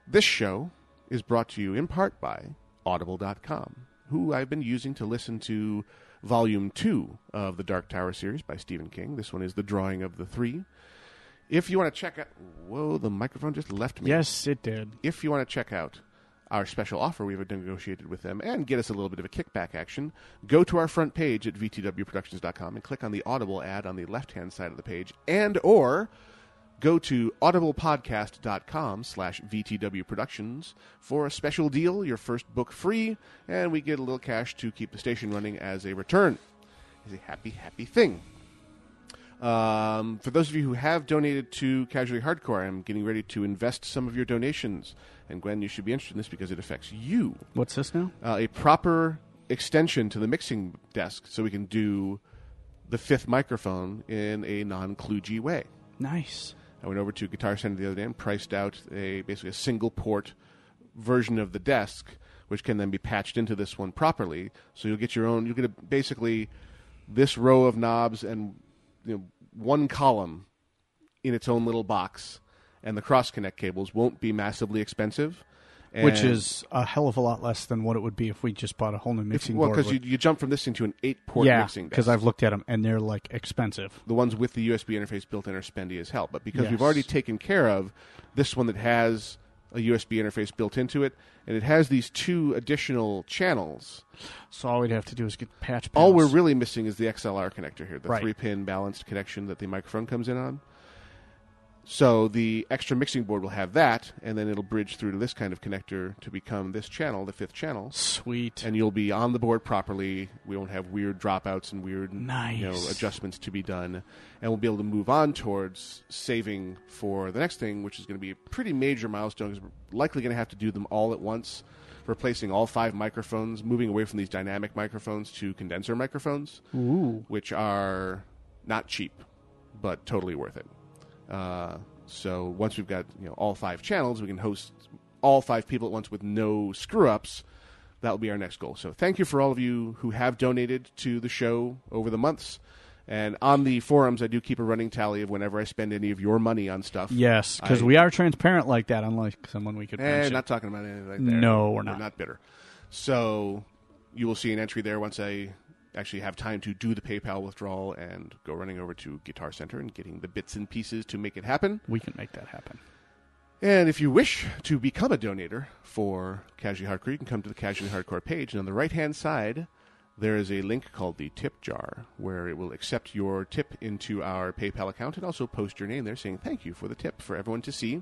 this show is brought to you in part by Audible.com, who I've been using to listen to volume two of the Dark Tower series by Stephen King. This one is The Drawing of the Three. If you want to check out. Whoa, the microphone just left me. Yes, it did. If you want to check out our special offer we've negotiated with them and get us a little bit of a kickback action, go to our front page at vtwproductions.com and click on the Audible ad on the left-hand side of the page and or go to audiblepodcast.com slash vtw productions for a special deal your first book free and we get a little cash to keep the station running as a return it's a happy happy thing um, for those of you who have donated to Casually Hardcore, I'm getting ready to invest some of your donations. And Gwen, you should be interested in this because it affects you. What's this now? Uh, a proper extension to the mixing desk so we can do the fifth microphone in a non kludgy way. Nice. I went over to Guitar Center the other day and priced out a basically a single port version of the desk, which can then be patched into this one properly. So you'll get your own. You'll get a, basically this row of knobs and you know, one column in its own little box, and the cross connect cables won't be massively expensive. Which And- is a hell of a lot less than what it would be if we just bought a whole new mixing well board. because you, with- you jump from this thing to an eight port yeah, mixing desk. because I've looked at them and they're like expensive. the ones with the USB interface built in are spendy as hell. But because Yes. we've already taken care of this one that has a USB interface built into it, and it has these two additional channels. So all we'd have to do is get the patch. All we're panels. really missing is the XLR connector here, the Right. three pin balanced connection that the microphone comes in on. So the extra mixing board will have that, and then it'll bridge through to this kind of connector to become this channel, the fifth channel. Sweet. And you'll be on the board properly. We won't have weird dropouts and weird you know, Nice. adjustments to be done, and we'll be able to move on towards saving for the next thing, which is going to be a pretty major milestone. 'cause we're likely going to have to do them all at once, replacing all five microphones, moving away from these dynamic microphones to condenser microphones, Ooh. which are not cheap, but totally worth it. Uh, so once we've got you know all five channels, we can host all five people at once with no screw ups. That will be our next goal. So thank you for all of you who have donated to the show over the months. And on the forums, I do keep a running tally of whenever I spend any of your money on stuff. Yes, because I- we are transparent like that, unlike someone we could Eh, mention. not talking about anything like that. No, we're not. bitter. So you will see an entry there once I actually have time to do the PayPal withdrawal and go running over to Guitar Center and getting the bits and pieces to make it happen. We can make that happen. And if you wish to become a donator for Casually Hardcore, you can come to the Casually Hardcore page. And on the right hand side, there is a link called the tip jar where it will accept your tip into our PayPal account and also post your name there saying thank you for the tip for everyone to see.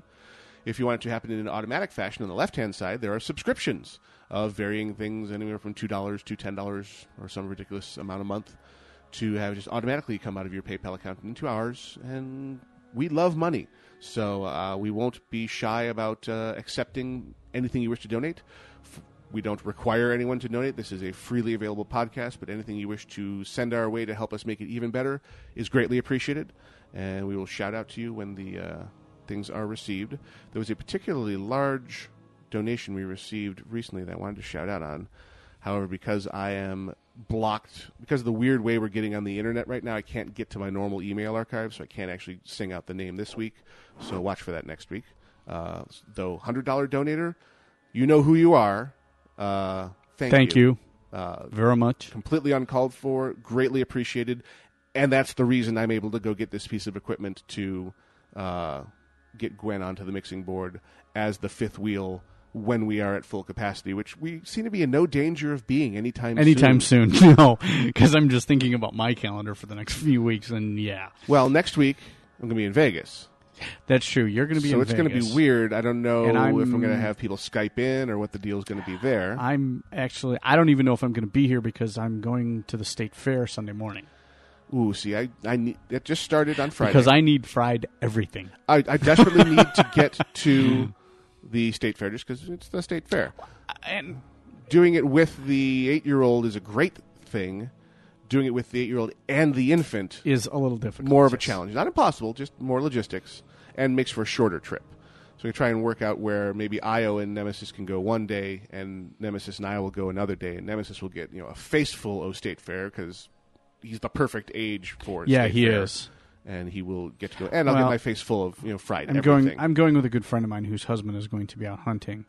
If you want it to happen in an automatic fashion, on the left hand side, there are subscriptions of varying things, anywhere from $2 to $10 or some ridiculous amount a month, to have just automatically come out of your PayPal account into ours. And we love money. So uh, we won't be shy about uh, accepting anything you wish to donate. F- We don't require anyone to donate. This is a freely available podcast, but anything you wish to send our way to help us make it even better is greatly appreciated. And we will shout out to you when the uh, things are received. There was a particularly large donation we received recently that I wanted to shout out on. However, because I am blocked, because of the weird way we're getting on the internet right now, I can't get to my normal email archive, so I can't actually sing out the name this week. So watch for that next week. Uh, though, $100 donator, you know who you are. Uh, thank, Thank you. you. Uh, Very much. Completely uncalled for, greatly appreciated. And that's the reason I'm able to go get this piece of equipment to uh, get Gwen onto the mixing board as the fifth wheel when we are at full capacity, which we seem to be in no danger of being anytime Anytime soon. no, because I'm just thinking about my calendar for the next few weeks, and yeah, Well, next week I'm going to be in Vegas. that's true. You're going to be so in it's going to Vegas. be weird. I don't know And I'm- if I'm going to have people Skype in or what the deal's going to be there. I'm actually I don't even know if I'm going to be here because I'm going to the state fair Sunday morning Ooh, see, I I need it just started on Friday because I need fried everything. I, I desperately need to get to the state fair just because it's the state fair. And doing it with the eight year old is a great thing. Doing it with the eight year old and the infant is a little difficult. More of a challenge. Not impossible, just more logistics and makes for a shorter trip. So we try and work out where maybe Io and Nemesis can go one day, and Nemesis and Io will go another day, and Nemesis will get you know a faceful O State Fair because he's the perfect age for Yeah, State he Fair. is. and he will get to go. And I'll Well, get my face full of you know fried. I'm everything. going. I'm going with a good friend of mine whose husband is going to be out hunting,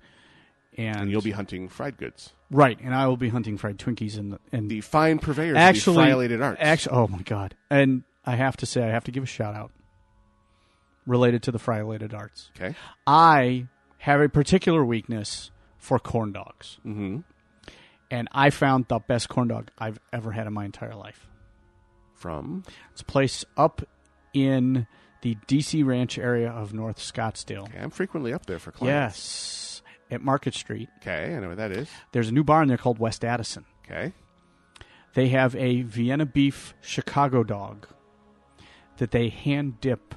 and, and you'll be hunting fried goods. right. And I will be hunting fried Twinkies and and The fine purveyors actually of the friolated arts. Actually, oh my god! And I have to say, I have to give a shout out related to the friolated arts. Okay, I have a particular weakness for corn dogs, mm-hmm. and I found the best corn dog I've ever had in my entire life. From It's a place up in the DC Ranch area of North Scottsdale. I'm frequently up there for clients. Yes, at Market Street. Okay, I know what that is. There's a new bar in there called West Addison. Okay. They have a Vienna beef Chicago dog that they hand dip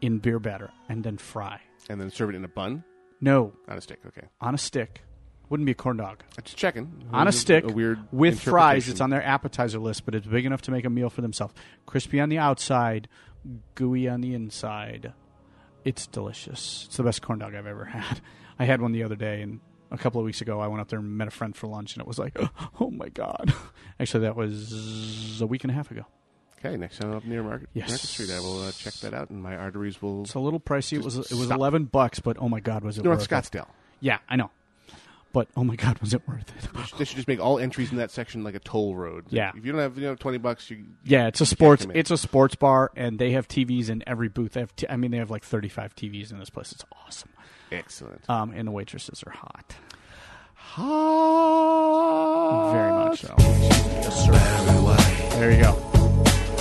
in beer batter and then fry. And then serve it in a bun. No, Not a stick. Okay, on a stick. Wouldn't be a corn dog. just checking. On a stick A weird with fries. interpretation. It's on their appetizer list, but it's big enough to make a meal for themselves. Crispy on the outside, gooey on the inside. It's delicious. It's the best corn dog I've ever had. I had one the other day, and a couple of weeks ago, I went up there and met a friend for lunch, and it was like, oh my god. Actually, that was a week and a half ago. Okay, next time up near Market, Yes. Market Street, I will uh, check that out, and my arteries will. It's a little pricey. It was just it was stop. eleven bucks, but oh my god, was it North worth it? Scottsdale. Yeah, I know. But oh my god, was it worth it? They should- They should just make all entries in that section like a toll road. Yeah. If you don't have you know twenty bucks, you Yeah, it's a you can't sports. come in. It's a sports bar, and they have TVs in every booth. They have t- I mean, they have like thirty-five TVs in this place. It's awesome. excellent. Um, and the waitresses are hot. Hot. Very much so. There you go.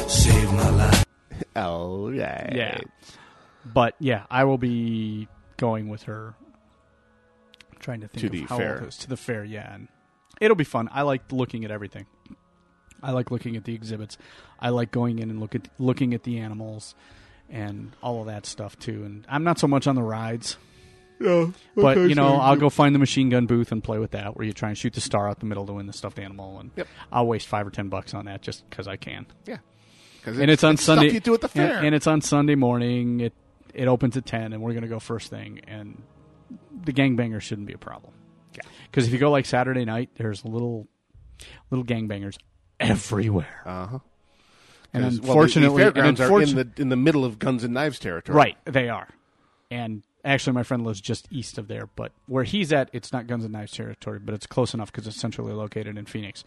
Save my life. All right. Yeah. But yeah, I will be going with her. I'm trying to think To of the how fair. old it is. to the fair. Yeah, and it'll be fun. I like looking at everything. I like looking at the exhibits. I like going in and look at looking at the animals and all of that stuff too. And I'm not so much on the rides. Yeah. But Oh, okay, you know, so I'll go find the machine gun booth and play with that, where you try and shoot the star out the middle to win the stuffed animal, and Yep. I'll waste five or ten bucks on that just because I can. Yeah. 'Cause and it's on stuff Sunday. you do at the and- fair. and, it's on Sunday morning. It it opens at ten, and we're gonna go first thing. And the gangbangers shouldn't be a problem. Yeah. because if you go like Saturday night, there's little little gangbangers everywhere. Uh huh. And 'Cause, well, the- unfortunately, the, and fairgrounds unfortun- are in the in the middle of guns and knives territory. Right, they are. And actually, my friend lives just east of there, but where he's at, it's not Guns and Knives territory, but it's close enough because it's centrally located in Phoenix.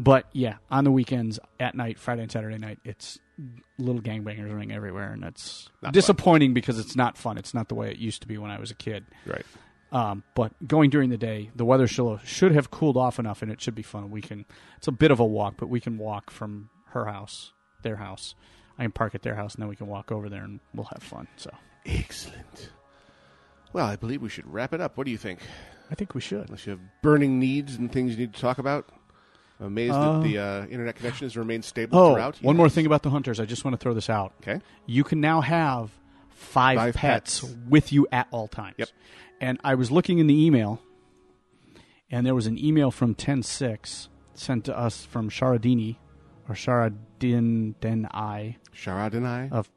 But yeah, on the weekends, at night, Friday and Saturday night, it's little gangbangers running everywhere, and it's Not fun. disappointing because it's not fun. It's not the way it used to be when I was a kid. Right. Um, but going during the day, the weather should should have cooled off enough, and it should be fun. We can. It's a bit of a walk, but we can walk from her house, their house. I can park at their house, and then we can walk over there, and we'll have fun. So Excellent. Well, I believe we should wrap it up. What do you think? I think we should. Unless you have burning needs and things you need to talk about. I'm amazed Uh, that the uh, internet connection has remained stable Oh, throughout. one more thing about the hunters. I just want to throw this out. Okay. You can now have five, Five pets, pets. with you at all times. Yep. And I was looking in the email, and there was an email from 106 sent to us from Sharadini, or Sharadin Den I Sharadinai. of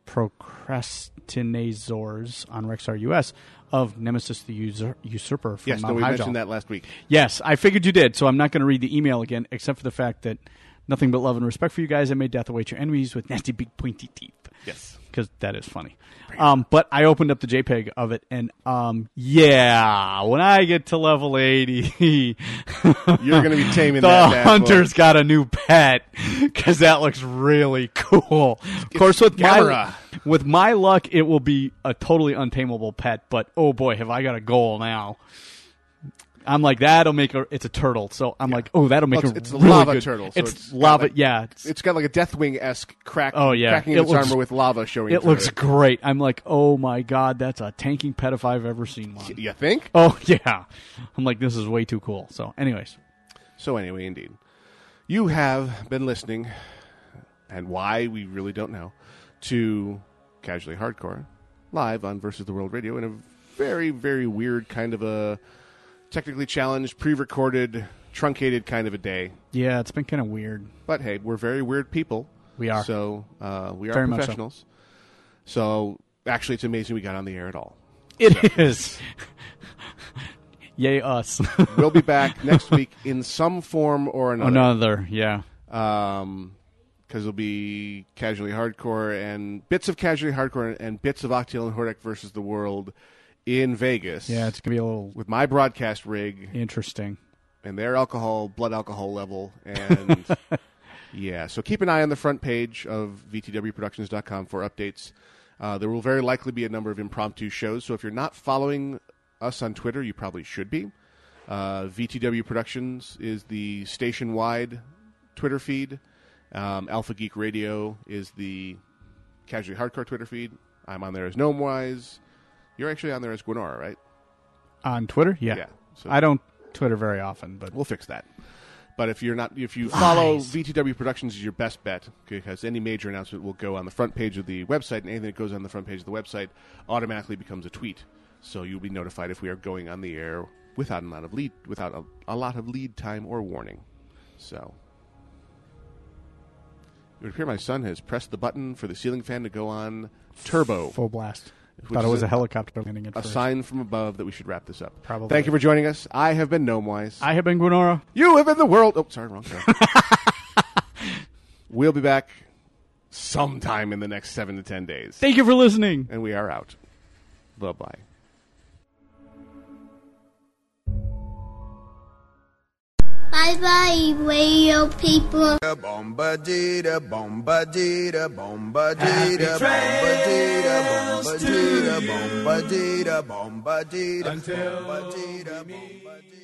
Procrastinators on Rexar US of Nemesis the User- Usurper from yes, no, Mount we Hyjal. mentioned that last week. Yes, I figured you did, so I'm not going to read the email again, except for the fact that nothing but love and respect for you guys. I may death await your enemies with nasty, big, pointy teeth. Yes. Because that is funny. Um, but I opened up the JPEG of it, and um, yeah, when I get to level 80, You're gonna be taming the that bad boy. hunter's got a new pet because that looks really cool. Of course, with Gamera. my, with my luck, it will be a totally untamable pet, but oh boy, have I got a goal now. I'm like that'll make a. It's a turtle, so I'm like, oh, that'll make Well, a. it's, it's really a lava good- turtle. So it's, got lava. like- yeah, it's got like a Deathwing esque crack. Oh yeah, cracking of its armor with lava showing. It through looks great. I'm like, oh my god, that's a tanking pet if I've ever seen one. You think? Oh yeah, I'm like, this is way too cool. So, anyways, So anyway, indeed, you have been listening, and why we really don't know, to casually hardcore live on Versus the World Radio in a very very weird kind of a technically challenged, pre-recorded, truncated kind of a day. yeah, it's been kind of weird. But hey, we're very weird people. We are. So uh, we are Very much so. professionals. so. actually, it's amazing we got on the air at all. It is. Yay us! we'll be back next week in some form or Oh, another. Another, yeah. Um, because it'll be casually hardcore and bits of casually hardcore and bits of Octale and Hordak versus the world in Vegas. Yeah, it's gonna be a little with my broadcast rig interesting. and their alcohol blood alcohol level and yeah so keep an eye on the front page of vtwproductions.com for updates uh, there will very likely be a number of impromptu shows so if you're not following us on twitter you probably should be uh, vtw productions is the station-wide twitter feed um, alpha geek radio is the casually hardcore twitter feed i'm on there as gnomewise you're actually on there as Gwenora, right On Twitter, yeah. Yeah, so- I don't Twitter very often, but we'll fix that. But if you're not, if you follow Lies. VTW Productions is your best bet because any major announcement will go on the front page of the website, and anything that goes on the front page of the website automatically becomes a tweet. So you'll be notified if we are going on the air without a lot of lead, without a, a lot of lead time or warning. So it would appear my son has pressed the button for the ceiling fan to go on turbo full blast. Which Thought it is was a, a- helicopter landing at a first. sign from above that we should wrap this up. Probably. Thank you for joining us. I have been Gnomewise. I have been Gwenora. You have been the world. Oh, sorry, wrong. show. we'll be back sometime in the next seven to ten days. Thank you for listening. And we are out. Bye bye. Bye bye, radio people. Bombadita, bombadita, bombadita, bombadita, bombadita, bombadita, bombadita, bombadita, bombadita.